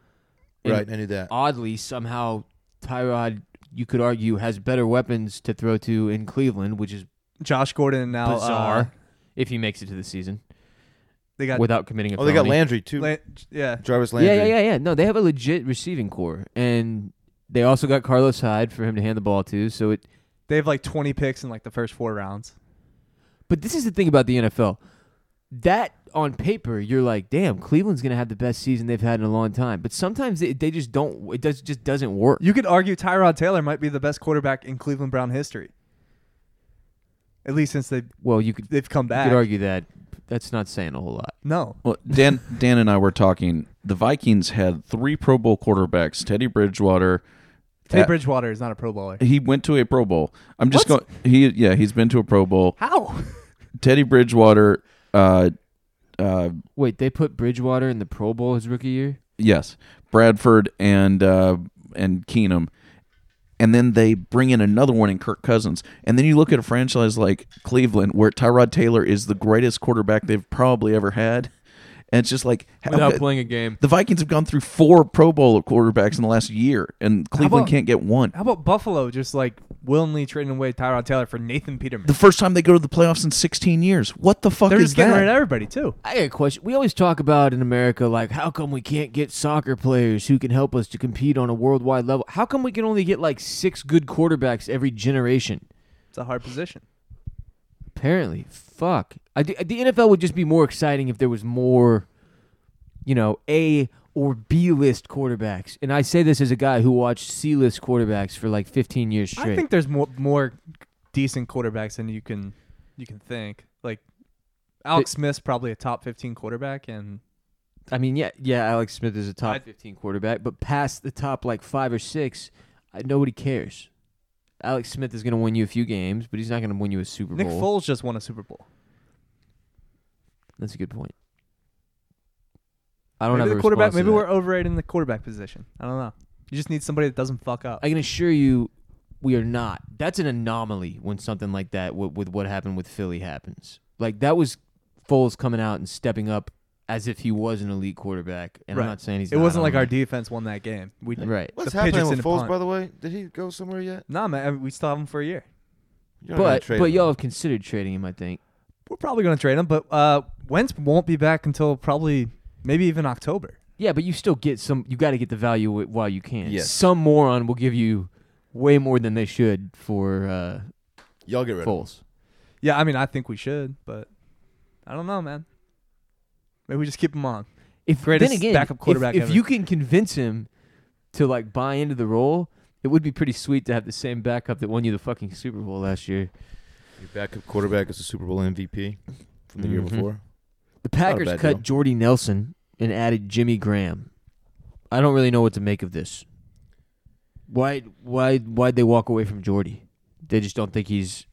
[SPEAKER 1] And
[SPEAKER 2] right, I knew that.
[SPEAKER 1] Oddly, somehow Tyrod, you could argue, has better weapons to throw to in Cleveland, which is
[SPEAKER 3] Josh Gordon and now? uh,
[SPEAKER 1] bizarre. if he makes it to the season
[SPEAKER 3] they got
[SPEAKER 1] without committing a
[SPEAKER 2] Oh, they got
[SPEAKER 1] felony.
[SPEAKER 2] Landry too.
[SPEAKER 3] Lan- yeah.
[SPEAKER 2] Jarvis
[SPEAKER 1] Yeah,
[SPEAKER 2] Landry.
[SPEAKER 1] yeah, yeah, yeah. No, they have a legit receiving core, and they also got Carlos Hyde for him to hand the ball to. So it
[SPEAKER 3] They have like 20 picks in like the first four rounds.
[SPEAKER 1] But this is the thing about the NFL. That on paper, you're like, damn, Cleveland's gonna have the best season they've had in a long time. But sometimes they, they just don't. It does just doesn't work.
[SPEAKER 3] You could argue Tyrod Taylor might be the best quarterback in Cleveland Brown history. At least since they
[SPEAKER 1] Well, you could, you
[SPEAKER 3] they've come back.
[SPEAKER 1] could argue that. That's not saying a whole lot.
[SPEAKER 3] No,
[SPEAKER 4] Well, Dan, Dan and I were talking. The Vikings had three Pro Bowl quarterbacks: Teddy Bridgewater.
[SPEAKER 3] Teddy
[SPEAKER 4] Uh,
[SPEAKER 3] Bridgewater is not a Pro Bowler.
[SPEAKER 4] He went to a Pro Bowl. I'm just
[SPEAKER 3] What?
[SPEAKER 4] going. He yeah, he's been to a Pro Bowl.
[SPEAKER 3] How?
[SPEAKER 4] Teddy Bridgewater. Uh, uh,
[SPEAKER 1] Wait, they put Bridgewater in the Pro Bowl his rookie year.
[SPEAKER 4] yes, Bradford and uh, and Keenum, and then they bring in another one in Kirk Cousins, and then you look at a franchise like Cleveland, where Tyrod Taylor is the greatest quarterback they've probably ever had, and it's just like how could-
[SPEAKER 1] playing a game.
[SPEAKER 4] The Vikings have gone through four Pro Bowl quarterbacks in the last year, and Cleveland
[SPEAKER 3] about-
[SPEAKER 4] can't get one.
[SPEAKER 3] How about Buffalo just like willingly trading away Tyrod Taylor for Nathan Peterman?
[SPEAKER 4] The first time they go to the playoffs in 16 years. What the fuck
[SPEAKER 3] They're
[SPEAKER 4] is
[SPEAKER 3] just getting
[SPEAKER 4] that?
[SPEAKER 3] rid of everybody too.
[SPEAKER 1] I got a question. We always talk about in America, like, how come we can't get soccer players who can help us to compete on a worldwide level? How come we can only get like six good quarterbacks every generation?
[SPEAKER 3] It's a hard position.
[SPEAKER 1] Apparently, fuck. I, d- the NFL would just be more exciting if there was more, you know, A or B list quarterbacks. And I say this as a guy who watched C list quarterbacks for like 15 years straight.
[SPEAKER 3] I think there's more more decent quarterbacks than you can you can think. Like Alex Smith's probably a top 15 quarterback, and
[SPEAKER 1] I mean, yeah, yeah, Alex Smith is a top
[SPEAKER 3] I-
[SPEAKER 1] 15 quarterback, but past the top like five or six, I, nobody cares. Alex Smith is going to win you a few games, but he's not going to win you a Super
[SPEAKER 3] Nick
[SPEAKER 1] Bowl.
[SPEAKER 3] Foles just won a Super Bowl.
[SPEAKER 1] That's a good point. I don't
[SPEAKER 3] Maybe
[SPEAKER 1] have
[SPEAKER 3] the
[SPEAKER 1] a
[SPEAKER 3] quarterback.
[SPEAKER 1] response to
[SPEAKER 3] Maybe
[SPEAKER 1] that.
[SPEAKER 3] we're overrating the quarterback position. I don't know. You just need somebody that doesn't fuck up.
[SPEAKER 1] I can assure you, we are not. That's an anomaly when something like that with, with what happened with Philly happens. Like that was Foles coming out and stepping up as if he was an elite quarterback. And
[SPEAKER 3] Right.
[SPEAKER 1] I'm not saying he's.
[SPEAKER 3] it
[SPEAKER 1] not,
[SPEAKER 3] wasn't like
[SPEAKER 1] I'm
[SPEAKER 3] our defense won that game. We
[SPEAKER 1] not- right.
[SPEAKER 2] What's
[SPEAKER 3] The
[SPEAKER 2] happening
[SPEAKER 3] Patriots
[SPEAKER 2] with
[SPEAKER 3] didn't
[SPEAKER 2] Foles,
[SPEAKER 3] punt.
[SPEAKER 2] by the way? Did he go somewhere yet?
[SPEAKER 3] Nah, man, we still have him for a year.
[SPEAKER 2] You're not gonna
[SPEAKER 1] But
[SPEAKER 2] trade
[SPEAKER 1] but
[SPEAKER 2] him.
[SPEAKER 1] y'all have considered trading him. I think.
[SPEAKER 3] We're probably going to trade him, but uh, Wentz won't be back until probably maybe even October.
[SPEAKER 1] Yeah, but you still get some. You got to get the value wi- while you can.
[SPEAKER 2] Yes.
[SPEAKER 1] Some moron will give you way more than they should for uh,
[SPEAKER 2] y'all get rid of him.
[SPEAKER 1] Foles.
[SPEAKER 3] Yeah, I mean, I think we should, but I don't know, man. Maybe we just keep him on.
[SPEAKER 1] If
[SPEAKER 3] Greatest
[SPEAKER 1] then again,
[SPEAKER 3] backup
[SPEAKER 1] if-
[SPEAKER 3] quarterback
[SPEAKER 1] if,
[SPEAKER 3] ever.
[SPEAKER 1] you can convince him to like buy into the role, it would be pretty sweet to have the same backup that won you the fucking Super Bowl last year.
[SPEAKER 2] Your backup quarterback is a Super Bowl MVP from the year
[SPEAKER 1] Mhm.
[SPEAKER 2] before.
[SPEAKER 1] The
[SPEAKER 2] a
[SPEAKER 1] Packers
[SPEAKER 2] bad
[SPEAKER 1] cut
[SPEAKER 2] deal.
[SPEAKER 1] Jordy Nelson and added Jimmy Graham. I don't really know what to make of this. Why why why'd they walk away from Jordy? They just don't think he's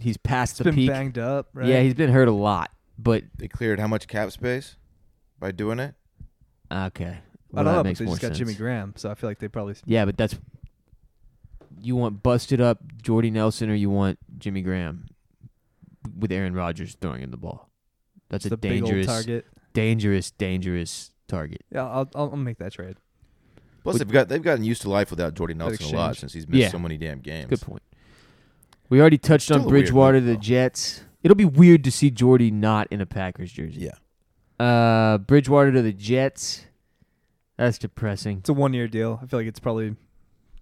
[SPEAKER 1] he's past
[SPEAKER 3] It's
[SPEAKER 1] the
[SPEAKER 3] been
[SPEAKER 1] peak.
[SPEAKER 3] banged up, right?
[SPEAKER 1] Yeah, he's been hurt a lot, but
[SPEAKER 2] They cleared how much cap space by doing it?
[SPEAKER 1] okay.
[SPEAKER 3] I
[SPEAKER 1] Well, that
[SPEAKER 3] don't know, but
[SPEAKER 1] makes
[SPEAKER 3] they
[SPEAKER 1] more
[SPEAKER 3] just got
[SPEAKER 1] sense.
[SPEAKER 3] Jimmy Graham, so I feel like they probably.
[SPEAKER 1] Yeah, but that's you want busted up Jordy Nelson or you want Jimmy Graham with Aaron Rodgers throwing in the ball. That's
[SPEAKER 3] It's
[SPEAKER 1] a
[SPEAKER 3] a big old
[SPEAKER 1] dangerous,
[SPEAKER 3] target.
[SPEAKER 1] dangerous, dangerous target.
[SPEAKER 3] Yeah, I'll, I'll, I'll make that trade.
[SPEAKER 2] Plus, they've got they've gotten used to life without Jordy Nelson a lot
[SPEAKER 3] exchange.
[SPEAKER 2] since he's missed
[SPEAKER 1] Yeah.
[SPEAKER 2] so many damn games.
[SPEAKER 1] Good point. We already touched
[SPEAKER 2] Still a
[SPEAKER 1] on
[SPEAKER 2] weird
[SPEAKER 1] Bridgewater,
[SPEAKER 2] move,
[SPEAKER 1] the
[SPEAKER 2] though.
[SPEAKER 1] Jets. It'll be weird to see Jordy not in a Packers jersey.
[SPEAKER 2] Yeah,
[SPEAKER 1] Uh, Bridgewater to the Jets. That's depressing.
[SPEAKER 3] It's a one year deal. I feel like it's probably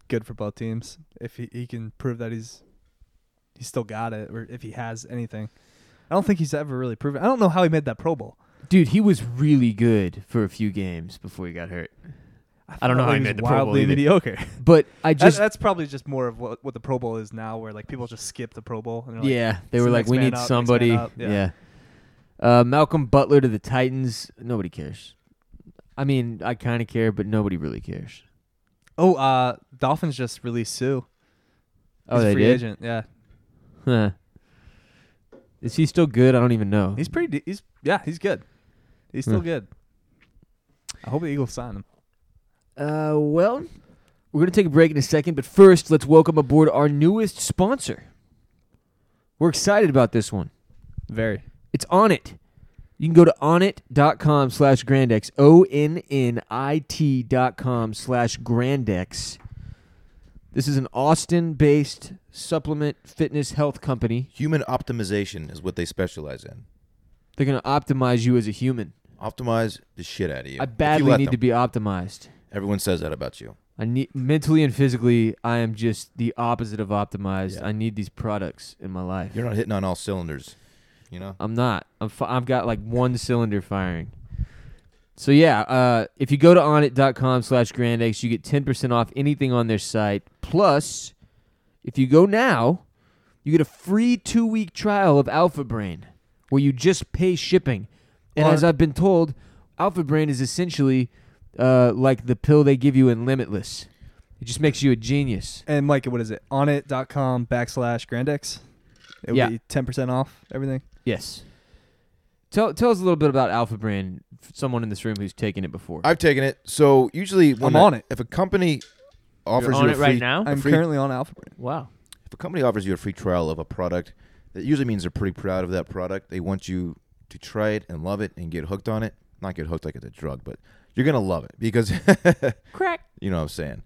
[SPEAKER 3] good for both teams if he, he can prove that he's he's still got it or if he has anything. I don't think he's ever really proven. I don't know how he made that Pro Bowl.
[SPEAKER 1] Dude, he was really good for a few games before he got hurt. I don't know
[SPEAKER 3] thought
[SPEAKER 1] how he
[SPEAKER 3] was
[SPEAKER 1] made the Pro Bowl
[SPEAKER 3] wildly
[SPEAKER 1] either.
[SPEAKER 3] mediocre.
[SPEAKER 1] But I
[SPEAKER 3] That,
[SPEAKER 1] just
[SPEAKER 3] that's probably just more of what, what the Pro Bowl is now, where like people just skip the Pro Bowl. And they're like,
[SPEAKER 1] yeah, they
[SPEAKER 3] it's
[SPEAKER 1] were
[SPEAKER 3] the
[SPEAKER 1] like,
[SPEAKER 3] next
[SPEAKER 1] we
[SPEAKER 3] man
[SPEAKER 1] need
[SPEAKER 3] up, next man
[SPEAKER 1] somebody.
[SPEAKER 3] up.
[SPEAKER 1] Yeah.
[SPEAKER 3] Yeah.
[SPEAKER 1] Uh, Malcolm Butler to the Titans. Nobody cares. I mean, I kind of care, but nobody really cares.
[SPEAKER 3] Oh, uh, Dolphins just released Sue.
[SPEAKER 1] Oh,
[SPEAKER 3] He's a
[SPEAKER 1] they
[SPEAKER 3] free
[SPEAKER 1] did.
[SPEAKER 3] agent. Yeah,
[SPEAKER 1] Huh. Is he still good? I don't even know.
[SPEAKER 3] he's pretty. De- he's yeah, he's good. He's still
[SPEAKER 1] Hmm.
[SPEAKER 3] good. I hope the Eagles sign him.
[SPEAKER 1] Uh, well, we're gonna take a break in a second, but first, let's welcome aboard our newest sponsor. We're excited about this one.
[SPEAKER 3] Very.
[SPEAKER 1] It's on it. You can go to onit.com slash grandex, O N N I T dot com slash grandex. This is an Austin based supplement fitness health company.
[SPEAKER 2] Human optimization is what they specialize in.
[SPEAKER 1] They're going to optimize you as a human.
[SPEAKER 2] Optimize the shit out of you.
[SPEAKER 1] I
[SPEAKER 2] if you
[SPEAKER 1] badly
[SPEAKER 2] let
[SPEAKER 1] need
[SPEAKER 2] them.
[SPEAKER 1] to be optimized.
[SPEAKER 2] Everyone says that about you.
[SPEAKER 1] I need mentally and physically, I am just the opposite of optimized.
[SPEAKER 2] Yeah.
[SPEAKER 1] I need these products in my life.
[SPEAKER 2] You're not hitting on all cylinders. You know.
[SPEAKER 1] I'm not. I'm fi- I've got like one cylinder firing. So yeah, uh, if you go to onit.com slash grandex, you get 10% off anything on their site. Plus, if you go now, you get a free two-week trial of Alpha Brain where you just pay shipping. And
[SPEAKER 2] Or-
[SPEAKER 1] as I've been told, Alpha Brain is essentially uh, like the pill they give you in Limitless. It just makes you a genius.
[SPEAKER 3] And Mike, what is it? Onit.com backslash Grandex. It would
[SPEAKER 1] Yeah.
[SPEAKER 3] be ten percent off everything.
[SPEAKER 1] Yes. Tell, tell us a little bit about Alpha Brain, f- someone in this room who's taken it before.
[SPEAKER 2] I've taken it. So usually when
[SPEAKER 3] I'm on
[SPEAKER 2] a-
[SPEAKER 3] it.
[SPEAKER 2] If a company offers
[SPEAKER 1] on
[SPEAKER 2] you a
[SPEAKER 1] it
[SPEAKER 2] free,
[SPEAKER 1] right now?
[SPEAKER 2] a
[SPEAKER 3] I'm
[SPEAKER 2] Oh, free-
[SPEAKER 3] currently on Alpha. Brain.
[SPEAKER 1] Wow.
[SPEAKER 2] if a company offers you a free trial of a product, that usually means they're pretty proud of that product. They want you to try it and love it and get hooked on it. Not get hooked like it's a drug, but you're gonna love it because
[SPEAKER 1] Crack.
[SPEAKER 2] you know what I'm saying.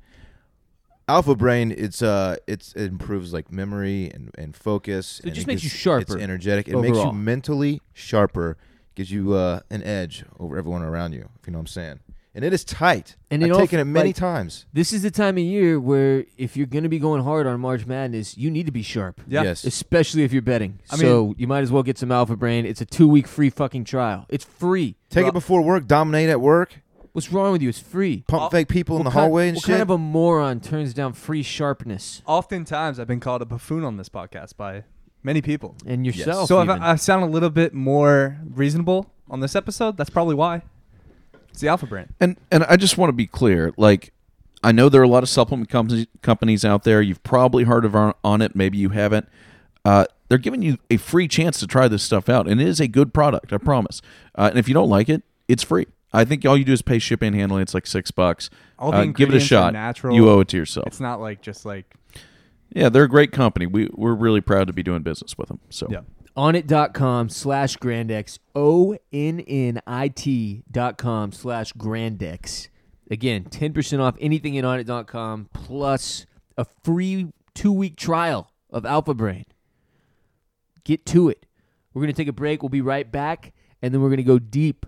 [SPEAKER 2] Alpha brain, it's uh, it's it improves like memory and and focus.
[SPEAKER 1] it
[SPEAKER 2] and
[SPEAKER 1] just makes
[SPEAKER 2] gives-
[SPEAKER 1] you sharper
[SPEAKER 2] It's energetic. It makes
[SPEAKER 1] overall.
[SPEAKER 2] you mentally sharper. Gives you uh, an edge over everyone around you. If you know what I'm saying. And it is tight.
[SPEAKER 1] And
[SPEAKER 2] I've
[SPEAKER 1] it all-
[SPEAKER 2] taken it many
[SPEAKER 1] like-
[SPEAKER 2] times.
[SPEAKER 1] This is the time of year where if you're going to be going hard on March Madness, you need to be sharp.
[SPEAKER 3] Yeah.
[SPEAKER 2] Yes.
[SPEAKER 1] Especially if you're betting.
[SPEAKER 3] I
[SPEAKER 1] so you might as well get some Alpha Brain. It's a two week free fucking trial. It's free.
[SPEAKER 2] Take it before work. Dominate at work.
[SPEAKER 1] What's wrong with you? It's free.
[SPEAKER 2] Pump
[SPEAKER 3] Oh,
[SPEAKER 2] fake people in
[SPEAKER 1] What
[SPEAKER 2] the
[SPEAKER 1] kind-
[SPEAKER 2] hallway and
[SPEAKER 1] what
[SPEAKER 2] shit.
[SPEAKER 1] kind of a moron turns down free sharpness?
[SPEAKER 3] Oftentimes, I've been called a buffoon on this podcast by many people.
[SPEAKER 1] And yourself.
[SPEAKER 3] So if
[SPEAKER 1] Oh, even.
[SPEAKER 3] I, I sound a little bit more reasonable on this episode, that's probably why. It's the Alpha brand.
[SPEAKER 4] And and I just want to be clear, like I know there are a lot of supplement com- companies out there. You've probably heard of on, on it, maybe you haven't. Uh, they're giving you a free chance to try this stuff out, and it is a good product, I promise. Uh, and if you don't like it, it's free. I think all you do is pay shipping and handling. It's like six bucks.
[SPEAKER 3] All the
[SPEAKER 4] Uh, give it a
[SPEAKER 3] ingredients are
[SPEAKER 4] shot.
[SPEAKER 3] natural.
[SPEAKER 4] You owe it to yourself.
[SPEAKER 3] It's not like just like
[SPEAKER 4] yeah, they're a great company. We we're really proud to be doing business with them. So
[SPEAKER 3] yeah.
[SPEAKER 1] onit.com slash grandex o-n-n-i-t dot com slash grandex again 10% off anything in onit.com plus a free two-week trial of alpha brain get to it we're going to take a break we'll be right back and then we're going to go deep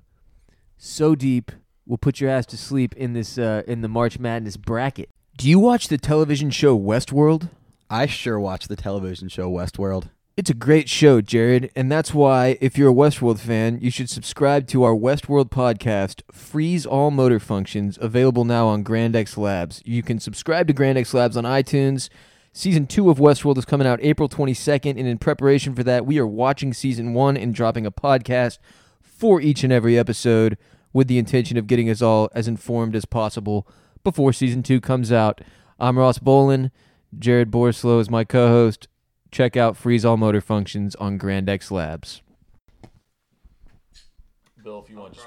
[SPEAKER 1] so deep we'll put your ass to sleep in this uh, in the march madness bracket do you watch the television show westworld
[SPEAKER 5] I sure watch the television show Westworld.
[SPEAKER 1] It's a great show, Jared, and that's why if you're a Westworld fan, you should subscribe to our Westworld podcast, Freeze All Motor Functions, available now on Grand X Labs. You can subscribe to Grand X Labs on iTunes. Season 2 of Westworld is coming out April 22nd, and in preparation for that, we are watching season 1 and dropping a podcast for each and every episode with the intention of getting us all as informed as possible before season 2 comes out. I'm Ross Bolin. Jared Borslow is my co-host check out freeze all motor functions on grand x labs
[SPEAKER 4] Bill, if you want, just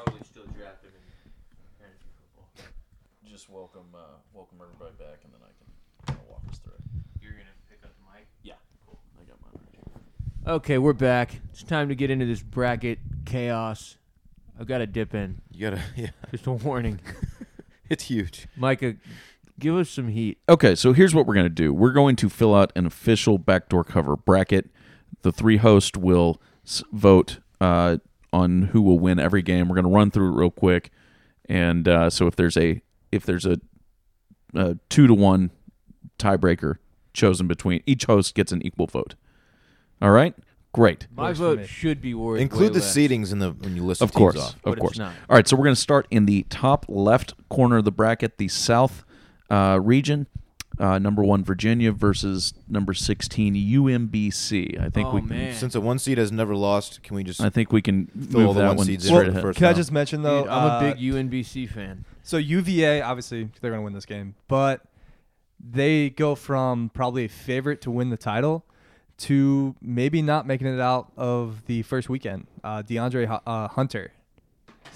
[SPEAKER 4] just welcome uh, welcome everybody back, and then I can walk us through it. You're gonna pick up the mic. Yeah, cool. I got mine.
[SPEAKER 1] okay we're back it's time to get into this bracket chaos i've got to dip in
[SPEAKER 2] You gotta, yeah,
[SPEAKER 1] just a warning
[SPEAKER 2] it's huge.
[SPEAKER 1] micah give us some heat
[SPEAKER 4] Okay, so here's what we're going to do. We're going to fill out an official backdoor cover bracket. The three hosts will s- vote uh, on who will win every game. We're going to run through it real quick, and uh, so if there's a if there's a, a two to one tiebreaker chosen between each host gets an equal vote. All right, Great.
[SPEAKER 1] My
[SPEAKER 3] Works for me.
[SPEAKER 1] vote should be worth.
[SPEAKER 2] Include
[SPEAKER 1] way
[SPEAKER 2] the
[SPEAKER 1] less.
[SPEAKER 2] seedings in the when you list the
[SPEAKER 4] Of
[SPEAKER 2] teams
[SPEAKER 4] course,
[SPEAKER 2] off.
[SPEAKER 1] What
[SPEAKER 4] of
[SPEAKER 1] if
[SPEAKER 4] course.
[SPEAKER 1] it's not?
[SPEAKER 4] All right, so we're going to start in the top left corner of the bracket, the South uh, region. Uh, number one Virginia versus number sixteen UMBC. I think
[SPEAKER 1] Oh,
[SPEAKER 4] we can.
[SPEAKER 1] man.
[SPEAKER 2] Since a one seed has never lost, can we just?
[SPEAKER 4] I think we can
[SPEAKER 2] Throw all
[SPEAKER 4] move
[SPEAKER 2] the
[SPEAKER 4] that
[SPEAKER 2] one
[SPEAKER 4] one
[SPEAKER 2] seeds in
[SPEAKER 4] straight
[SPEAKER 2] for the
[SPEAKER 4] ahead.
[SPEAKER 2] first
[SPEAKER 3] Can I
[SPEAKER 2] round.
[SPEAKER 3] just mention though?
[SPEAKER 1] Dude, I'm a
[SPEAKER 3] uh,
[SPEAKER 1] big UNBC fan.
[SPEAKER 3] So UVA, obviously, they're going to win this game, but they go from probably a favorite to win the title to maybe not making it out of the first weekend. Uh, DeAndre Hu- uh, Hunter,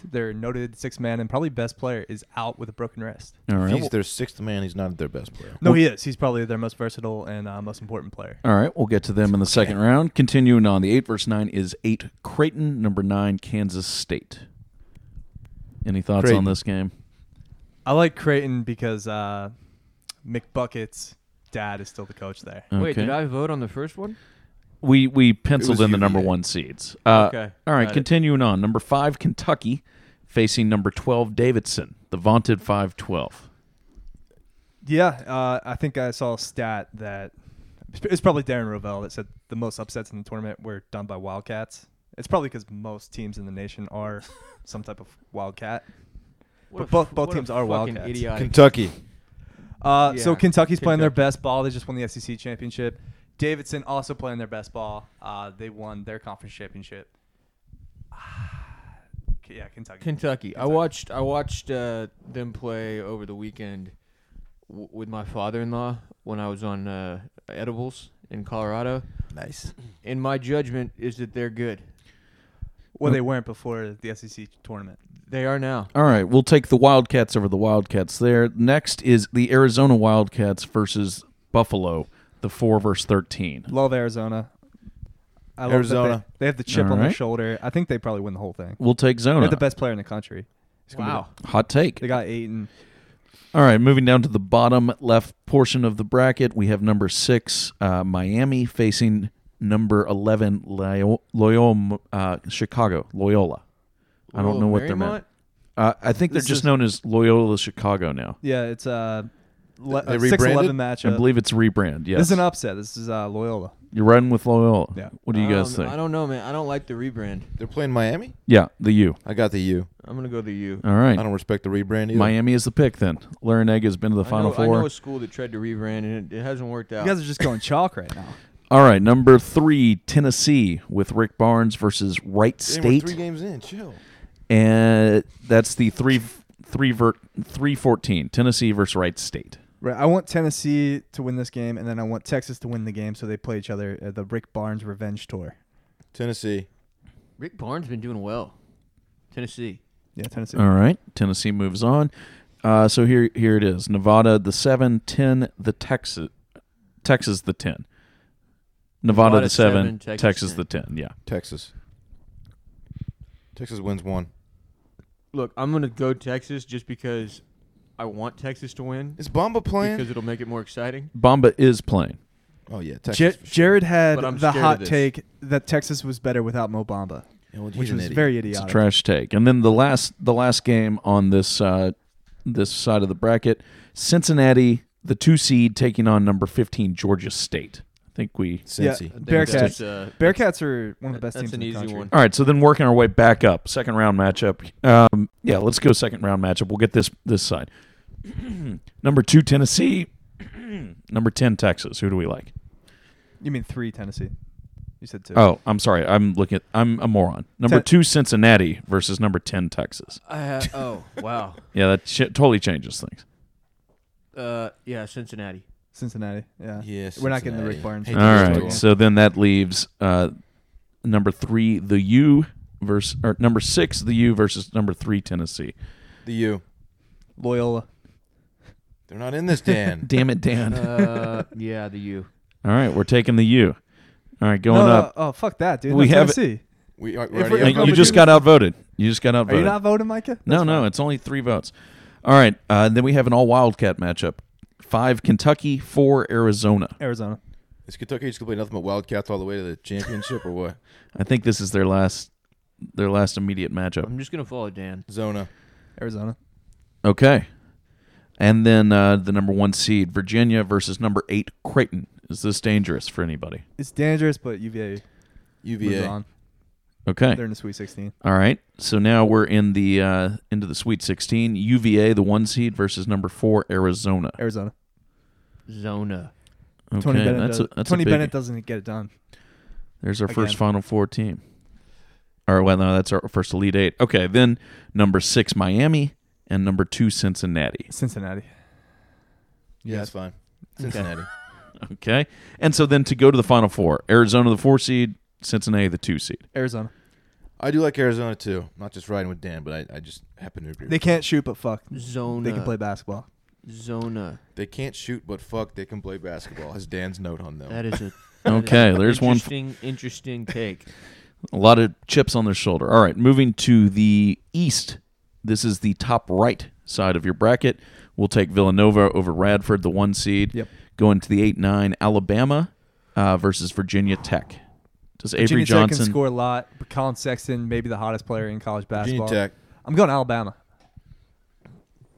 [SPEAKER 3] their noted six man and probably best player, is out with a broken wrist.
[SPEAKER 4] All
[SPEAKER 2] If
[SPEAKER 4] right.
[SPEAKER 2] he's their sixth man. He's not their best player.
[SPEAKER 3] No, he is. He's probably their most versatile and uh, most important player.
[SPEAKER 4] All right, we'll get to them in the second round. Continuing on, the eight versus nine is eight Creighton, number nine Kansas State. Any thoughts
[SPEAKER 2] Creighton.
[SPEAKER 4] on this game?
[SPEAKER 3] I like Creighton because uh, McBucket's dad is still the coach there.
[SPEAKER 1] Wait, did
[SPEAKER 4] Okay.
[SPEAKER 1] I vote on the first one?
[SPEAKER 4] We we penciled
[SPEAKER 2] It was
[SPEAKER 4] in the number
[SPEAKER 2] UVA.
[SPEAKER 4] one seeds. Uh,
[SPEAKER 1] Okay,
[SPEAKER 4] All right,
[SPEAKER 1] got it.
[SPEAKER 4] continuing on. Number five Kentucky facing number twelve Davidson, the vaunted five twelve.
[SPEAKER 3] Yeah, uh, I think I saw a stat that it's probably Darren Rovell that said the most upsets in the tournament were done by Wildcats. It's probably because most teams in the nation are some type of Wildcat.
[SPEAKER 1] What
[SPEAKER 3] But
[SPEAKER 1] a
[SPEAKER 3] both-
[SPEAKER 1] f-
[SPEAKER 3] both
[SPEAKER 1] what a
[SPEAKER 3] teams are
[SPEAKER 1] fucking
[SPEAKER 3] Wildcats.
[SPEAKER 1] idiotic-
[SPEAKER 2] Kentucky.
[SPEAKER 3] Uh, So
[SPEAKER 1] Yeah,
[SPEAKER 3] Kentucky's playing their
[SPEAKER 1] Kentucky.
[SPEAKER 3] best ball. They just won the SEC championship. Davidson also playing their best ball. Uh, they won their conference championship. K- yeah, Kentucky.
[SPEAKER 1] Kentucky. I
[SPEAKER 3] Kentucky.
[SPEAKER 1] watched. I watched uh, them play over the weekend w- with my father-in-law when I was on uh, edibles in Colorado.
[SPEAKER 2] Nice.
[SPEAKER 1] And my judgment is that they're good.
[SPEAKER 3] well, they weren't before the SEC tournament.
[SPEAKER 1] They are now.
[SPEAKER 4] All right, we'll take the Wildcats over the Wildcats there. Next is the Arizona Wildcats versus Buffalo, the four versus thirteen.
[SPEAKER 3] Love Arizona. I that
[SPEAKER 2] Arizona.
[SPEAKER 3] They, they have the chip
[SPEAKER 4] All
[SPEAKER 3] on their
[SPEAKER 4] right.
[SPEAKER 3] shoulder. I think they probably win the whole thing.
[SPEAKER 4] We'll take
[SPEAKER 2] Oh,
[SPEAKER 3] They're
[SPEAKER 4] Zona.
[SPEAKER 3] the best player in the country. It's gonna be
[SPEAKER 1] Wow.
[SPEAKER 4] Hot take.
[SPEAKER 3] the- They got Aiton.
[SPEAKER 4] All right, moving down to the bottom left portion of the bracket, we have number six, uh, Miami, facing number 11, Loyola, Loyola uh, Chicago, Loyola. I don't
[SPEAKER 1] Loyola
[SPEAKER 4] know what they're meant.
[SPEAKER 1] Marymount?
[SPEAKER 4] Uh, I think they're
[SPEAKER 3] This
[SPEAKER 4] just
[SPEAKER 3] is-
[SPEAKER 4] known as Loyola Chicago now.
[SPEAKER 3] Yeah, it's uh,
[SPEAKER 2] They
[SPEAKER 3] a six
[SPEAKER 2] rebranded?
[SPEAKER 3] eleven
[SPEAKER 4] I
[SPEAKER 3] matchup.
[SPEAKER 4] believe it's rebrand, yes.
[SPEAKER 3] Uh, This is an upset. This is uh, Loyola.
[SPEAKER 4] You're running with Loyola.
[SPEAKER 3] Yeah.
[SPEAKER 4] What do you
[SPEAKER 1] I
[SPEAKER 4] guys
[SPEAKER 1] don't-
[SPEAKER 4] think?
[SPEAKER 1] I don't know, man. I don't like the rebrand.
[SPEAKER 2] They're playing Miami.
[SPEAKER 4] Yeah, the U.
[SPEAKER 2] I got the U.
[SPEAKER 1] I'm gonna go the U.
[SPEAKER 4] All right.
[SPEAKER 2] I don't respect the rebrand either.
[SPEAKER 4] Miami is the pick then. Larinaga has been to the Final
[SPEAKER 1] I know,
[SPEAKER 4] Four.
[SPEAKER 1] I know a school that tried to rebrand and it, it hasn't worked out.
[SPEAKER 3] You guys are just going chalk right now.
[SPEAKER 4] All right, number three, Tennessee, with Rick Barnes versus Wright
[SPEAKER 2] Damn, we're
[SPEAKER 4] State.
[SPEAKER 2] Three games in. Chill.
[SPEAKER 4] and that's the three three vert three fourteen Tennessee versus Wright State.
[SPEAKER 3] Right. I want Tennessee to win this game, and then I want Texas to win the game, so they play each other at the Rick Barnes Revenge Tour.
[SPEAKER 2] Tennessee.
[SPEAKER 1] Rick Barnes been doing well. Tennessee.
[SPEAKER 3] Yeah,
[SPEAKER 2] Uh,
[SPEAKER 3] Tennessee.
[SPEAKER 4] All right, Tennessee moves on. Uh, so here here it is: Nevada the seven, ten the Texas, Texas the ten. Nevada,
[SPEAKER 1] Nevada
[SPEAKER 4] the seven,
[SPEAKER 1] seven,
[SPEAKER 4] Texas,
[SPEAKER 1] Texas
[SPEAKER 4] the ten. Yeah,
[SPEAKER 2] Texas. Texas wins one.
[SPEAKER 1] Look, I'm gonna go Texas just because I want Texas to win
[SPEAKER 2] Is Bamba playing?
[SPEAKER 1] because it'll make it more exciting.
[SPEAKER 4] Bomba is playing.
[SPEAKER 2] oh yeah, Texas.
[SPEAKER 3] Ja-
[SPEAKER 2] for sure.
[SPEAKER 3] Jared had
[SPEAKER 1] But I'm
[SPEAKER 3] the
[SPEAKER 1] scared of
[SPEAKER 3] hot
[SPEAKER 1] this.
[SPEAKER 3] take that Texas was better without Mo Bamba,
[SPEAKER 2] Yeah, well, he's
[SPEAKER 3] which
[SPEAKER 2] an
[SPEAKER 3] was
[SPEAKER 2] idiot.
[SPEAKER 3] very
[SPEAKER 4] It's a
[SPEAKER 3] idiotic.
[SPEAKER 4] trash take. And then the last the last game on this uh, this side of the bracket, Cincinnati the two seed taking on number fifteen Georgia State. I think we
[SPEAKER 2] Cincy.
[SPEAKER 3] I think Bearcats.
[SPEAKER 1] That's, uh,
[SPEAKER 3] Bearcats are one of the best
[SPEAKER 1] That's
[SPEAKER 3] teams
[SPEAKER 1] an
[SPEAKER 3] in the
[SPEAKER 1] easy
[SPEAKER 3] country.
[SPEAKER 1] one.
[SPEAKER 4] All right, so then working our way back up, second round matchup. Um, yeah, let's go second round matchup. We'll get this this side. Number two Tennessee, number ten Texas. Who do we like?
[SPEAKER 3] You mean three Tennessee? You said two.
[SPEAKER 4] Oh, I'm sorry, I'm looking. At, I'm a moron. Number
[SPEAKER 3] Te-
[SPEAKER 4] two Cincinnati versus number ten Texas.
[SPEAKER 1] I ha- oh wow.
[SPEAKER 4] Yeah, that sh- totally changes things.
[SPEAKER 1] Uh, yeah, Cincinnati.
[SPEAKER 3] Cincinnati. Yeah.
[SPEAKER 2] Yeah,
[SPEAKER 3] We're not getting the Rick
[SPEAKER 2] Cincinnati.
[SPEAKER 3] Barnes.
[SPEAKER 2] Hey,
[SPEAKER 4] All
[SPEAKER 2] All Texas
[SPEAKER 4] right,
[SPEAKER 2] total.
[SPEAKER 4] so then that leaves uh, number three the U versus or number six the U versus number three Tennessee.
[SPEAKER 2] The U.
[SPEAKER 3] Loyola.
[SPEAKER 2] They're not in this, Dan.
[SPEAKER 4] Damn it, Dan.
[SPEAKER 1] Uh, yeah, the U.
[SPEAKER 4] All right, we're taking the U. All right, going
[SPEAKER 3] no,
[SPEAKER 4] up.
[SPEAKER 3] No, oh, fuck that, dude.
[SPEAKER 4] We
[SPEAKER 3] We
[SPEAKER 4] have-
[SPEAKER 3] have Tennessee.
[SPEAKER 2] we are,
[SPEAKER 3] If
[SPEAKER 2] we're
[SPEAKER 3] we're-
[SPEAKER 2] already
[SPEAKER 3] if
[SPEAKER 4] Uh,
[SPEAKER 2] up.
[SPEAKER 4] you
[SPEAKER 3] we're-
[SPEAKER 4] just got outvoted. You just got
[SPEAKER 3] Are
[SPEAKER 4] outvoted.
[SPEAKER 3] you not voting, Micah?
[SPEAKER 4] no, no, it's only three votes. All right. Uh, then we have an all Wildcat matchup: five Kentucky, four Arizona.
[SPEAKER 3] Arizona.
[SPEAKER 2] Is Kentucky just gonna play nothing but Wildcats all the way to the championship or what?
[SPEAKER 4] I think this is their last, their last immediate matchup.
[SPEAKER 1] I'm just gonna follow Dan.
[SPEAKER 2] Zona.
[SPEAKER 3] Arizona.
[SPEAKER 4] Okay. And then uh, the number one seed Virginia versus number eight Creighton. Is this dangerous for anybody?
[SPEAKER 3] It's dangerous, but UVA Moves
[SPEAKER 2] UVA.
[SPEAKER 3] on.
[SPEAKER 4] Okay.
[SPEAKER 3] They're in the Sweet 16.
[SPEAKER 4] All right. So now we're in the uh into the Sweet 16. UVA, the one seed, versus number four Arizona.
[SPEAKER 3] Arizona.
[SPEAKER 1] Zona.
[SPEAKER 4] Okay,
[SPEAKER 3] Tony Bennett.
[SPEAKER 4] that's
[SPEAKER 3] does,
[SPEAKER 4] a, that's
[SPEAKER 3] Tony
[SPEAKER 4] a big,
[SPEAKER 3] Bennett doesn't get it done.
[SPEAKER 4] There's our first
[SPEAKER 3] Again.
[SPEAKER 4] Final Four team. All right, well, no, that's our first Elite Eight. Okay, then number six, Miami, and number two, Cincinnati.
[SPEAKER 3] Cincinnati.
[SPEAKER 2] Yeah, that's fine. Cincinnati.
[SPEAKER 4] Okay, and so then to go to the Final Four, Arizona the four seed, Cincinnati the two seed.
[SPEAKER 3] Arizona.
[SPEAKER 2] I do like Arizona too. Not just riding with Dan, but I, I just happen to agree.
[SPEAKER 3] They
[SPEAKER 2] They,
[SPEAKER 3] can't shoot, but fuck.
[SPEAKER 1] Zona.
[SPEAKER 3] They can play basketball.
[SPEAKER 1] Zona.
[SPEAKER 2] they can't shoot, but fuck, they can play basketball. Is Dan's note on them?
[SPEAKER 1] That is a that is
[SPEAKER 4] Okay,
[SPEAKER 1] an
[SPEAKER 4] there's one f-
[SPEAKER 1] interesting, interesting take.
[SPEAKER 4] a lot of chips on their shoulder. All right, moving to the east. This is the top right side of your bracket. We'll take Villanova over Radford, the one seed.
[SPEAKER 3] Yep.
[SPEAKER 4] Going to the eight nine, Alabama uh, versus Virginia Tech. Does Avery
[SPEAKER 3] Virginia Tech
[SPEAKER 4] Johnson?
[SPEAKER 3] can score a lot. But Colin Sexton, maybe the hottest player in college
[SPEAKER 2] Virginia
[SPEAKER 3] basketball.
[SPEAKER 2] Tech.
[SPEAKER 3] I'm going Alabama.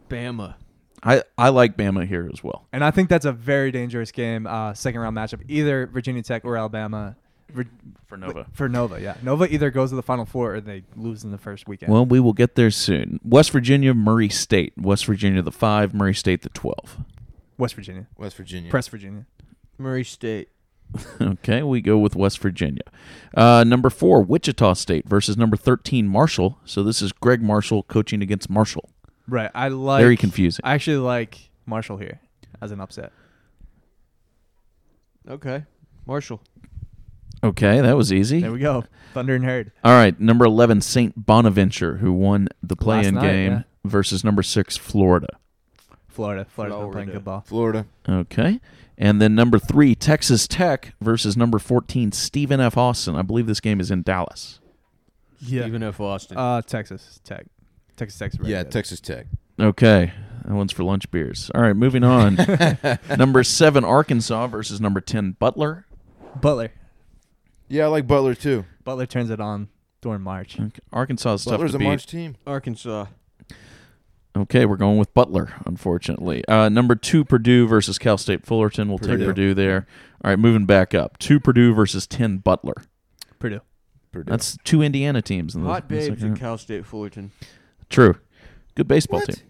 [SPEAKER 1] Bama.
[SPEAKER 4] I I like Bama here as well.
[SPEAKER 3] And I think that's a very dangerous game, uh, second round matchup, either Virginia Tech or Alabama. Vir-
[SPEAKER 4] For Nova.
[SPEAKER 3] For Nova, yeah. Nova either goes to the Final Four or they lose in the first weekend.
[SPEAKER 4] Well, we will get there soon. West Virginia, Murray State. West Virginia the five, Murray State the twelve.
[SPEAKER 3] West Virginia.
[SPEAKER 2] West Virginia.
[SPEAKER 3] Press Virginia.
[SPEAKER 1] Murray State.
[SPEAKER 4] Okay, we go with West Virginia. Uh, number four, Wichita State versus number thirteen, Marshall. So this is Greg Marshall coaching against Marshall.
[SPEAKER 3] Right. I like.
[SPEAKER 4] Very confusing.
[SPEAKER 3] I actually like Marshall here as an upset.
[SPEAKER 1] Okay. Marshall.
[SPEAKER 4] Okay, that was easy.
[SPEAKER 3] There we go. Thunder and Herd.
[SPEAKER 4] All right, number eleven, Saint Bonaventure, who won the play-in
[SPEAKER 3] night,
[SPEAKER 4] game
[SPEAKER 3] yeah.
[SPEAKER 4] versus number six, Florida.
[SPEAKER 3] Florida. Florida's been playing
[SPEAKER 1] Florida.
[SPEAKER 3] good ball.
[SPEAKER 2] Florida.
[SPEAKER 4] Okay, and then number three, Texas Tech versus number fourteen, Stephen F. Austin. I believe this game is in Dallas.
[SPEAKER 1] Stephen F. Austin.
[SPEAKER 3] Uh, Texas Tech. Texas Tech's really
[SPEAKER 2] yeah,
[SPEAKER 3] good.
[SPEAKER 2] Texas Tech.
[SPEAKER 4] Okay, that one's for lunch beers. All right, moving on. number seven, Arkansas versus number ten, Butler.
[SPEAKER 3] Butler.
[SPEAKER 2] Yeah, I like Butler too.
[SPEAKER 3] Butler turns it on during March.
[SPEAKER 4] Okay, Arkansas is tough
[SPEAKER 2] Butler's
[SPEAKER 4] to
[SPEAKER 2] a
[SPEAKER 4] beat.
[SPEAKER 2] March team.
[SPEAKER 1] Arkansas.
[SPEAKER 4] Okay, we're going with Butler, unfortunately. Uh, number two, Purdue versus Cal State Fullerton. We'll take
[SPEAKER 2] Purdue.
[SPEAKER 4] Purdue there. All right, moving back up. Two Purdue versus ten Butler.
[SPEAKER 3] Purdue.
[SPEAKER 2] Purdue.
[SPEAKER 4] That's two Indiana teams in the
[SPEAKER 1] Hot
[SPEAKER 4] in the
[SPEAKER 1] babes
[SPEAKER 4] second
[SPEAKER 1] at
[SPEAKER 4] round.
[SPEAKER 1] Cal State Fullerton.
[SPEAKER 4] True, good baseball
[SPEAKER 2] What?
[SPEAKER 4] team.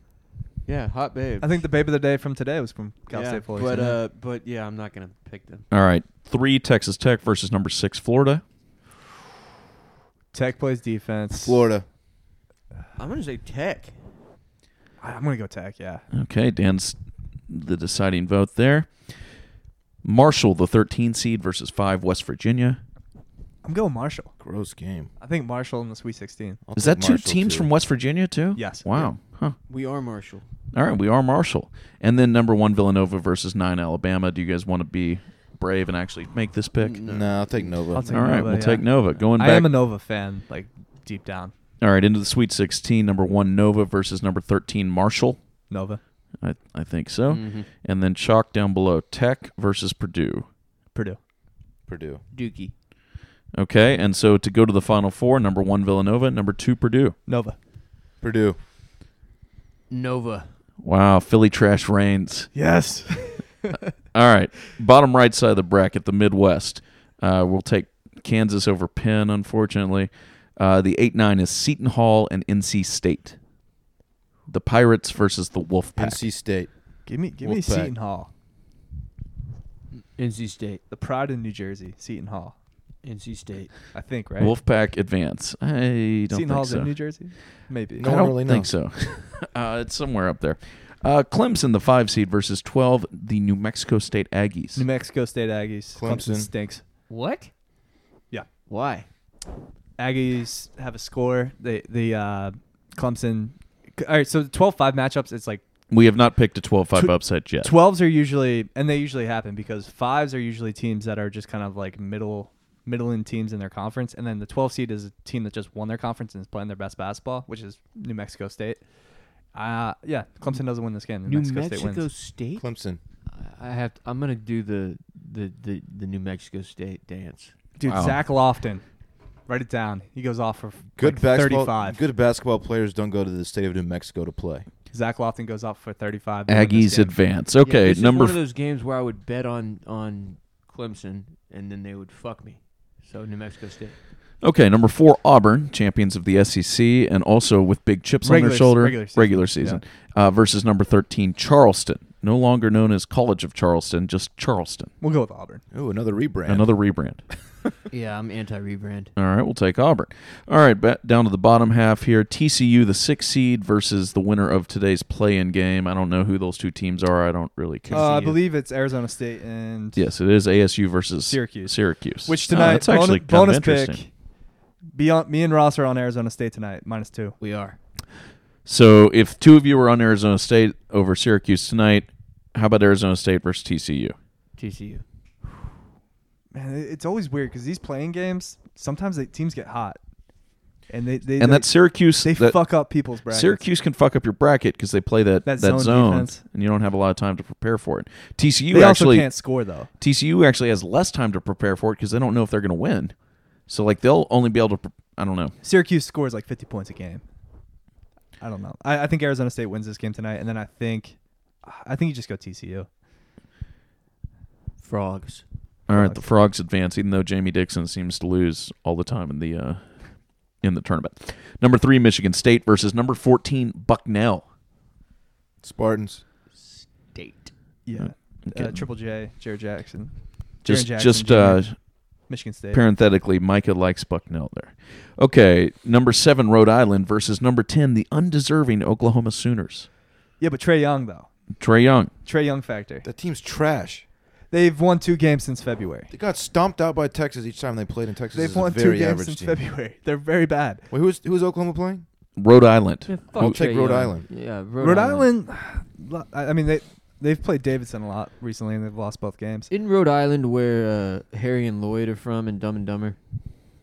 [SPEAKER 1] Yeah, hot babes.
[SPEAKER 3] I think the babe of the day from today was from Cal
[SPEAKER 1] yeah,
[SPEAKER 3] State Fullerton.
[SPEAKER 1] But uh, but yeah, I'm not gonna pick them.
[SPEAKER 4] All right, three Texas Tech versus number six Florida.
[SPEAKER 3] Tech plays defense.
[SPEAKER 2] Florida.
[SPEAKER 1] I'm gonna say Tech.
[SPEAKER 3] I- I'm gonna go Tech. Yeah.
[SPEAKER 4] Okay, Dan's the deciding vote there. Marshall, the 13 seed versus five West Virginia.
[SPEAKER 3] I'm going Marshall.
[SPEAKER 2] Gross game.
[SPEAKER 3] I think Marshall in the Sweet 16.
[SPEAKER 2] I'll
[SPEAKER 4] Is
[SPEAKER 2] take
[SPEAKER 4] that two
[SPEAKER 2] Marshall,
[SPEAKER 4] teams
[SPEAKER 2] too.
[SPEAKER 4] from West Virginia too?
[SPEAKER 3] Yes.
[SPEAKER 4] Wow. Huh.
[SPEAKER 1] We are Marshall.
[SPEAKER 4] All right, we are Marshall, and then number one Villanova versus nine Alabama. Do you guys want to be brave and actually make this pick?
[SPEAKER 1] No.
[SPEAKER 2] No, I'll take Nova.
[SPEAKER 3] I'll Mm, take
[SPEAKER 4] All right,
[SPEAKER 3] Nova,
[SPEAKER 4] we'll
[SPEAKER 3] yeah.
[SPEAKER 4] take Nova. Going
[SPEAKER 3] I
[SPEAKER 4] back.
[SPEAKER 3] am a Nova fan, like deep down.
[SPEAKER 4] All right, into the Sweet 16. Number one Nova versus number 13 Marshall.
[SPEAKER 3] Nova,
[SPEAKER 4] I I think so.
[SPEAKER 2] Mm.
[SPEAKER 1] Mhm.
[SPEAKER 4] And then chalk down below Tech versus Purdue.
[SPEAKER 3] Purdue.
[SPEAKER 2] Purdue.
[SPEAKER 1] Dookie.
[SPEAKER 4] Okay, and so to go to the Final Four, number one Villanova, number two Purdue.
[SPEAKER 3] Nova.
[SPEAKER 2] Purdue.
[SPEAKER 1] Nova.
[SPEAKER 4] Wow, Philly trash reigns.
[SPEAKER 3] Yes.
[SPEAKER 4] All right, bottom right side of the bracket, the Midwest. Uh, we'll take Kansas over Penn, unfortunately. Uh, the eight nine is Seton Hall and NC State. The Pirates versus the Wolfpack.
[SPEAKER 2] NC State.
[SPEAKER 3] give me give me
[SPEAKER 2] Wolfpack.
[SPEAKER 3] Seton Hall.
[SPEAKER 1] NC State.
[SPEAKER 3] The pride in New Jersey, Seton Hall.
[SPEAKER 1] NC State.
[SPEAKER 3] I think, right?
[SPEAKER 4] Wolfpack advance. I don't
[SPEAKER 3] Seton
[SPEAKER 4] think
[SPEAKER 3] Hall's
[SPEAKER 4] so.
[SPEAKER 3] in New Jersey? Maybe.
[SPEAKER 2] No
[SPEAKER 4] I
[SPEAKER 2] one
[SPEAKER 4] don't
[SPEAKER 2] really
[SPEAKER 4] think
[SPEAKER 2] knows.
[SPEAKER 4] so. uh, it's somewhere up there. Uh, Clemson, the five seed versus twelve, the New Mexico State Aggies.
[SPEAKER 3] New Mexico State Aggies. Clemson.
[SPEAKER 2] Clemson.
[SPEAKER 3] stinks.
[SPEAKER 1] What?
[SPEAKER 3] Yeah.
[SPEAKER 1] Why?
[SPEAKER 3] Aggies have a score. They the uh Clemson all right, so 12-5 matchups, it's like
[SPEAKER 4] we have not picked a 12-5
[SPEAKER 3] Tw-
[SPEAKER 4] upset yet.
[SPEAKER 3] 12s are usually and they usually happen because 5s are usually teams that are just kind of like middle middling teams in their conference and then the 12 seed is a team that just won their conference and is playing their best basketball, which is New Mexico State. Uh yeah, Clemson doesn't win this game. New,
[SPEAKER 1] New
[SPEAKER 3] Mexico,
[SPEAKER 1] Mexico,
[SPEAKER 3] State wins.
[SPEAKER 1] State.
[SPEAKER 2] Clemson.
[SPEAKER 1] I- I have. To, I'm gonna do the, the the the New Mexico State dance.
[SPEAKER 3] Dude,
[SPEAKER 4] Wow.
[SPEAKER 3] Zach Lofton. Write it down. He goes off for
[SPEAKER 2] Good
[SPEAKER 3] like
[SPEAKER 2] basketball.
[SPEAKER 3] 35.
[SPEAKER 2] Good basketball players don't go to the state of New Mexico to play.
[SPEAKER 3] Zach Lofton goes off for 35. They win this
[SPEAKER 4] Aggies
[SPEAKER 3] game.
[SPEAKER 4] advance.
[SPEAKER 1] Yeah,
[SPEAKER 4] Okay,
[SPEAKER 1] this is
[SPEAKER 4] number
[SPEAKER 1] one of those games where I would bet on on Clemson and then they would fuck me. So New Mexico State.
[SPEAKER 4] Okay, number four, Auburn, champions of the SEC, and also with big chips on
[SPEAKER 3] Regular
[SPEAKER 4] their
[SPEAKER 3] s-
[SPEAKER 4] shoulder.
[SPEAKER 3] regular season.
[SPEAKER 4] season. Uh, versus number 13, Charleston, no longer known as College of Charleston, just Charleston.
[SPEAKER 3] We'll go with Auburn.
[SPEAKER 2] Oh, another rebrand.
[SPEAKER 4] Another rebrand.
[SPEAKER 1] Yeah, I'm anti rebrand.
[SPEAKER 4] All right, we'll take Auburn. All right, back down to the bottom half here. TCU, the six seed, versus the winner of today's play-in game. I don't know who those two teams are. I don't really care.
[SPEAKER 3] Uh, I
[SPEAKER 1] TCU.
[SPEAKER 3] believe it's Arizona State and
[SPEAKER 4] yes, it is ASU versus
[SPEAKER 3] Syracuse.
[SPEAKER 4] Syracuse.
[SPEAKER 3] Which
[SPEAKER 4] Uh,
[SPEAKER 3] tonight,
[SPEAKER 4] that's actually kind
[SPEAKER 3] bonus,
[SPEAKER 4] of
[SPEAKER 3] bonus
[SPEAKER 4] interesting.
[SPEAKER 3] pick. Beyond, me and Ross are on Arizona State tonight, minus two.
[SPEAKER 1] We are.
[SPEAKER 4] So if two of you were on Arizona State over Syracuse tonight, how about Arizona State versus TCU?
[SPEAKER 1] TCU.
[SPEAKER 3] Man, it- it's always weird because these playing games sometimes they, teams get hot, and they, they
[SPEAKER 4] And
[SPEAKER 3] they,
[SPEAKER 4] that Syracuse,
[SPEAKER 3] they
[SPEAKER 4] that
[SPEAKER 3] fuck up people's brackets.
[SPEAKER 4] Syracuse can fuck up your bracket because they play that
[SPEAKER 3] That
[SPEAKER 4] that,
[SPEAKER 3] zone
[SPEAKER 4] zone,
[SPEAKER 3] defense.
[SPEAKER 4] and you don't have a lot of time to prepare for it. TCU
[SPEAKER 3] they
[SPEAKER 4] actually
[SPEAKER 3] also can't score though.
[SPEAKER 4] TCU actually has less time to prepare for it because they don't know if they're going to win. So like they'll only be able to. Pre- I don't know.
[SPEAKER 3] Syracuse scores like 50 points a game. I don't know. I, I think Arizona State wins this game tonight, and then I think, I think you just go TCU.
[SPEAKER 1] Frogs.
[SPEAKER 4] All right, the frogs advance, even though Jamie Dixon seems to lose all the time in the uh, in the tournament. Number three, Michigan State versus number fourteen, Bucknell.
[SPEAKER 2] Spartans.
[SPEAKER 1] State.
[SPEAKER 3] Yeah, uh,
[SPEAKER 4] Okay.
[SPEAKER 3] Triple J, Jared Jackson,
[SPEAKER 4] just
[SPEAKER 3] Jaren Jackson,
[SPEAKER 4] just uh,
[SPEAKER 3] Jr., Michigan State.
[SPEAKER 4] parenthetically, Micah likes Bucknell there. Okay, number seven, Rhode Island versus number ten, the undeserving Oklahoma Sooners.
[SPEAKER 3] yeah, but Trey Young though.
[SPEAKER 4] Trey Young.
[SPEAKER 3] Trey Young factor.
[SPEAKER 2] That team's trash.
[SPEAKER 3] They've won two games since February.
[SPEAKER 2] They got stomped out by Texas each time they played in Texas.
[SPEAKER 3] They've
[SPEAKER 2] is a
[SPEAKER 3] won two
[SPEAKER 2] very
[SPEAKER 3] games
[SPEAKER 2] average
[SPEAKER 3] since
[SPEAKER 2] team.
[SPEAKER 3] February. They're very bad.
[SPEAKER 2] Wait, who's who's Oklahoma playing?
[SPEAKER 4] Rhode Island.
[SPEAKER 2] I'll take Rhode Island.
[SPEAKER 1] Yeah, Rhode,
[SPEAKER 3] Rhode, Island. lo- I I mean they they've played Davidson a lot recently and they've lost both games.
[SPEAKER 1] In Rhode Island, where uh, Harry and Lloyd are from, and Dumb and Dumber.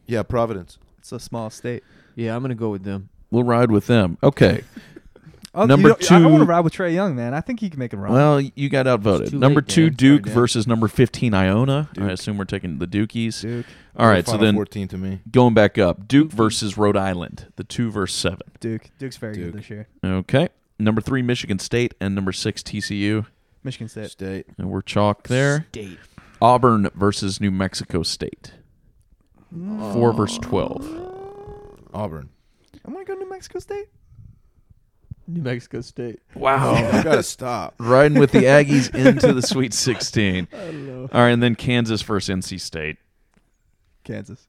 [SPEAKER 2] Yeah, Providence.
[SPEAKER 3] It's a small state.
[SPEAKER 1] Yeah, I'm gonna go with them.
[SPEAKER 4] We'll ride with them. Okay.
[SPEAKER 3] Oh, you
[SPEAKER 4] Number
[SPEAKER 3] don't- I, I
[SPEAKER 4] two-
[SPEAKER 3] want to ride with Trey Young, man. I think he can make it wrong.
[SPEAKER 4] Well, you got outvoted.
[SPEAKER 1] too
[SPEAKER 4] Number
[SPEAKER 1] late, Dan.
[SPEAKER 4] two,
[SPEAKER 1] Sorry,
[SPEAKER 4] Duke
[SPEAKER 1] Dan.
[SPEAKER 4] versus number fifteen, Iona. I
[SPEAKER 2] Duke.
[SPEAKER 4] assume we're taking the Dukies.
[SPEAKER 3] Duke,
[SPEAKER 4] All right, so
[SPEAKER 2] Final
[SPEAKER 4] then
[SPEAKER 2] 14 to me.
[SPEAKER 4] going back up, Duke versus Rhode Island, the two versus seven.
[SPEAKER 3] Duke, Duke's very
[SPEAKER 2] Duke.
[SPEAKER 3] good this year.
[SPEAKER 4] Okay. Number three, Michigan State, and number six, TCU.
[SPEAKER 3] Michigan State.
[SPEAKER 2] State.
[SPEAKER 4] And we're chalk there.
[SPEAKER 1] State.
[SPEAKER 4] Auburn versus New Mexico State. Four versus 12.
[SPEAKER 3] Uh,
[SPEAKER 2] Auburn.
[SPEAKER 3] I'm gonna go New Mexico State.
[SPEAKER 1] New Mexico State.
[SPEAKER 3] Oh.
[SPEAKER 4] Wow.
[SPEAKER 2] I gotta stop.
[SPEAKER 4] Riding with the Aggies into the Sweet 16. All right, and then Kansas versus NC State.
[SPEAKER 3] Kansas.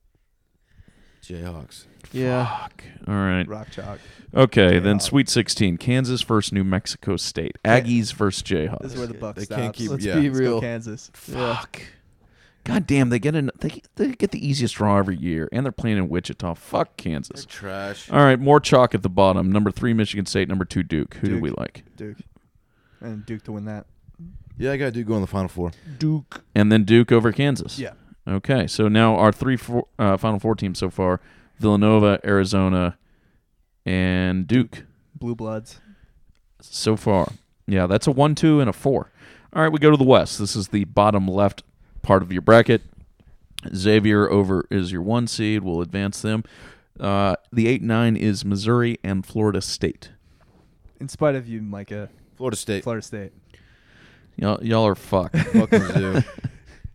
[SPEAKER 2] Jayhawks.
[SPEAKER 1] Yeah.
[SPEAKER 4] Fuck. All right.
[SPEAKER 3] Rock chalk.
[SPEAKER 4] Okay, then
[SPEAKER 3] Jayhawks.
[SPEAKER 4] Sweet 16. Kansas versus New Mexico State. Aggies versus
[SPEAKER 3] This is
[SPEAKER 4] Jayhawks.
[SPEAKER 3] where the buck
[SPEAKER 2] They
[SPEAKER 3] stops.
[SPEAKER 2] can't keep-
[SPEAKER 3] Let's
[SPEAKER 2] yeah.
[SPEAKER 1] Be
[SPEAKER 3] let's
[SPEAKER 1] real.
[SPEAKER 3] go Kansas.
[SPEAKER 4] Fuck. God damn, they get an, they, they get the easiest draw every year, and they're playing in Wichita. Fuck Kansas.
[SPEAKER 2] Trash.
[SPEAKER 4] All right, more chalk at the bottom. Number three, Michigan State. Number two, Duke. Who do
[SPEAKER 3] Duke.
[SPEAKER 4] we like?
[SPEAKER 3] Duke. And Duke to win that.
[SPEAKER 2] Yeah, I got Duke going to the Final Four.
[SPEAKER 1] Duke.
[SPEAKER 4] And then Duke over Kansas.
[SPEAKER 3] Yeah.
[SPEAKER 4] Okay, so now our three four, uh, Final Four teams so far: Villanova, Arizona, and Duke.
[SPEAKER 3] Blue Bloods.
[SPEAKER 4] So far, yeah, that's a one, two, and a four. All right, we go to the West. This is the bottom left part of your bracket. Xavier over is your one seed. We'll advance them. Uh, the eight nine is Missouri and Florida State.
[SPEAKER 3] In spite of you, Micah,
[SPEAKER 2] Florida State.
[SPEAKER 3] Florida State.
[SPEAKER 4] Y'all, y'all are fucked.
[SPEAKER 2] Fuck Mizzou.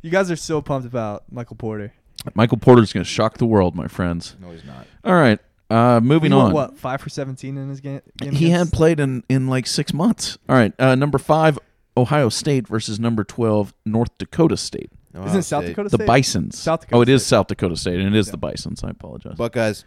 [SPEAKER 3] You guys are so pumped about Michael Porter.
[SPEAKER 4] Michael Porter's going to shock the world, my friends.
[SPEAKER 2] No, he's not.
[SPEAKER 4] All right. Uh, moving
[SPEAKER 3] He went,
[SPEAKER 4] on.
[SPEAKER 3] What five for seventeen in his ga- game?
[SPEAKER 4] He had
[SPEAKER 3] against-
[SPEAKER 4] played in, in like six months. All right. Uh, number five, Ohio State versus number 12, North Dakota State.
[SPEAKER 2] Ohio
[SPEAKER 3] Isn't it South
[SPEAKER 2] State.
[SPEAKER 3] Dakota
[SPEAKER 4] The
[SPEAKER 3] State?
[SPEAKER 4] Bisons.
[SPEAKER 3] South Dakota
[SPEAKER 4] oh, it is
[SPEAKER 3] State.
[SPEAKER 4] South Dakota State, and it is
[SPEAKER 3] Yeah.
[SPEAKER 4] the Bisons. I apologize.
[SPEAKER 2] Buckeyes.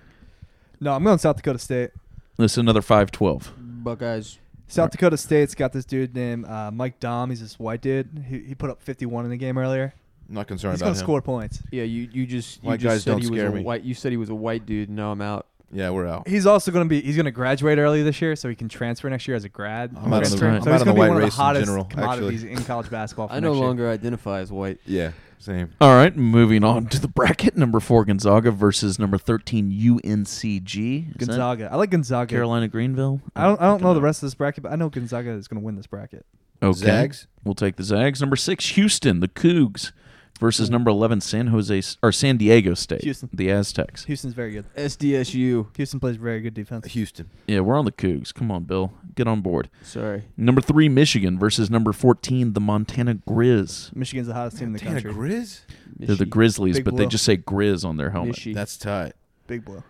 [SPEAKER 3] No, I'm going South Dakota State.
[SPEAKER 4] This is another 512.
[SPEAKER 1] Buckeyes.
[SPEAKER 3] South Dakota State's got this dude named uh, Mike Dom. He's this white dude. He, he put up 51 in the game earlier.
[SPEAKER 2] I'm not concerned
[SPEAKER 3] He's
[SPEAKER 2] about
[SPEAKER 3] gonna
[SPEAKER 2] him.
[SPEAKER 3] score points.
[SPEAKER 1] Yeah, you you just you
[SPEAKER 2] White
[SPEAKER 1] just
[SPEAKER 2] guys
[SPEAKER 1] said
[SPEAKER 2] don't
[SPEAKER 1] he was
[SPEAKER 2] scare
[SPEAKER 1] a
[SPEAKER 2] me.
[SPEAKER 1] white. You said he was a white dude. Now I'm out.
[SPEAKER 2] Yeah, we're out.
[SPEAKER 3] He's also gonna be. He's gonna graduate early this year, so he can transfer next year as a grad.
[SPEAKER 2] I'm
[SPEAKER 4] out on the-
[SPEAKER 3] Transfer.
[SPEAKER 4] I'm
[SPEAKER 3] so
[SPEAKER 2] out
[SPEAKER 3] he's
[SPEAKER 2] on
[SPEAKER 3] gonna
[SPEAKER 2] the
[SPEAKER 3] be
[SPEAKER 2] white
[SPEAKER 3] one of the
[SPEAKER 2] race in
[SPEAKER 3] hottest
[SPEAKER 2] general,
[SPEAKER 3] commodities in college basketball. For
[SPEAKER 1] I no
[SPEAKER 3] next year.
[SPEAKER 1] longer identify as white.
[SPEAKER 2] Yeah, same.
[SPEAKER 4] All right. Moving on to the bracket. Number four, Gonzaga versus number 13, UNCG. Is that
[SPEAKER 3] Gonzaga. I like Gonzaga.
[SPEAKER 4] Carolina Greenville.
[SPEAKER 3] I don't. I don't
[SPEAKER 4] fucking
[SPEAKER 3] know the rest of this bracket, but I know Gonzaga is gonna win this bracket.
[SPEAKER 4] Okay.
[SPEAKER 2] Zags.
[SPEAKER 4] We'll take the Zags. Number six, Houston, the Cougs versus number 11 San Jose or San Diego State,
[SPEAKER 3] Houston.
[SPEAKER 4] the Aztecs.
[SPEAKER 3] Houston's very good.
[SPEAKER 1] SDSU.
[SPEAKER 3] Houston plays very good defense.
[SPEAKER 2] Houston.
[SPEAKER 4] Yeah, we're on the Cougs. Come on, Bill, get on board.
[SPEAKER 1] Sorry.
[SPEAKER 4] Number three Michigan versus number 14 the Montana Grizz.
[SPEAKER 3] Michigan's the hottest team in the
[SPEAKER 2] Montana
[SPEAKER 3] country.
[SPEAKER 2] Grizz?
[SPEAKER 4] They're the Grizzlies,
[SPEAKER 3] Big
[SPEAKER 4] but they
[SPEAKER 3] blow.
[SPEAKER 4] just say Grizz on their helmet.
[SPEAKER 2] That's tight.
[SPEAKER 3] Big blow.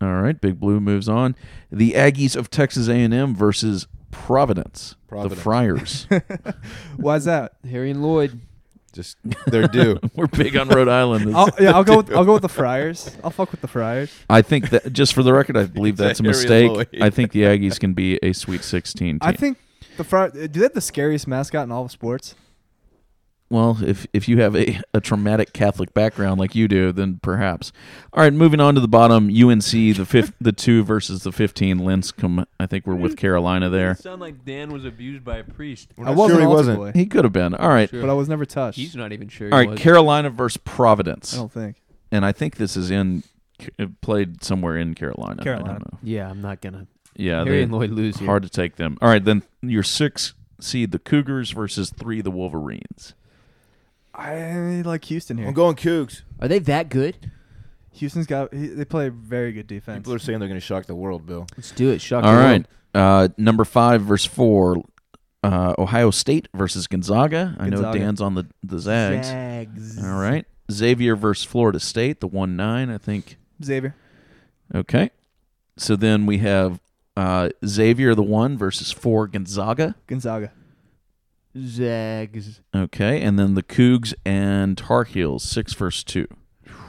[SPEAKER 4] All right, Big Blue moves on. The Aggies of Texas A&M versus Providence, the
[SPEAKER 2] Providence.
[SPEAKER 4] Friars.
[SPEAKER 3] Why is that?
[SPEAKER 1] Harry and Lloyd.
[SPEAKER 2] Just they're due.
[SPEAKER 4] We're big on Rhode Island.
[SPEAKER 3] I'll, yeah, I'll go. With, I'll go with the Friars. I'll fuck with the Friars.
[SPEAKER 4] I think that just for the record, I believe that's a
[SPEAKER 2] Harry
[SPEAKER 4] mistake.
[SPEAKER 2] Lloyd.
[SPEAKER 4] I think the Aggies can be a Sweet 16 team.
[SPEAKER 3] I think the Friar. Do they have the scariest mascot in all of sports?
[SPEAKER 4] Well, if if you have a, a traumatic Catholic background like you do, then perhaps. All right, moving on to the bottom, UNC the fifth, the two versus the fifteen. Linscomb, I think we're with Carolina there.
[SPEAKER 6] sound like Dan was abused by a priest.
[SPEAKER 2] We're
[SPEAKER 3] I
[SPEAKER 2] not
[SPEAKER 3] was
[SPEAKER 2] sure
[SPEAKER 3] an
[SPEAKER 2] he
[SPEAKER 3] altar
[SPEAKER 2] wasn't.
[SPEAKER 3] boy,
[SPEAKER 4] He could have been. All right,
[SPEAKER 3] but I was never touched.
[SPEAKER 6] He's not even sure.
[SPEAKER 4] all
[SPEAKER 6] he
[SPEAKER 4] right.
[SPEAKER 6] was. Oh.
[SPEAKER 4] Carolina versus
[SPEAKER 3] I
[SPEAKER 4] Providence,
[SPEAKER 3] don't think.
[SPEAKER 4] and I think this is in it played somewhere in Carolina. I
[SPEAKER 3] Carolina.
[SPEAKER 4] don't know.
[SPEAKER 1] Yeah, I'm not gonna.
[SPEAKER 4] Yeah,
[SPEAKER 1] Harry
[SPEAKER 4] they-
[SPEAKER 1] and Lloyd lose here.
[SPEAKER 4] hard to take them. All right, then your six seed the Cougars versus three the Wolverines.
[SPEAKER 3] I like Houston here.
[SPEAKER 2] I'm going Cougs.
[SPEAKER 1] Are they that good?
[SPEAKER 3] Houston's got. he- They play very good defense.
[SPEAKER 2] People are saying they're going to shock the world, Bill.
[SPEAKER 1] Let's do it. Shock.
[SPEAKER 4] All
[SPEAKER 1] the
[SPEAKER 4] right. Uh, number five verse four, uh, Ohio State versus Gonzaga. I know
[SPEAKER 3] Gonzaga.
[SPEAKER 4] Dan's on the the
[SPEAKER 1] world.
[SPEAKER 4] Zags.
[SPEAKER 1] Zags.
[SPEAKER 4] All right. Xavier versus Florida State, the one nine, I think.
[SPEAKER 3] Xavier.
[SPEAKER 4] Okay. So then we have uh, Xavier the one versus four Gonzaga.
[SPEAKER 3] Gonzaga.
[SPEAKER 1] Zags.
[SPEAKER 4] Okay, and then the Cougs and Tar Heels six versus two.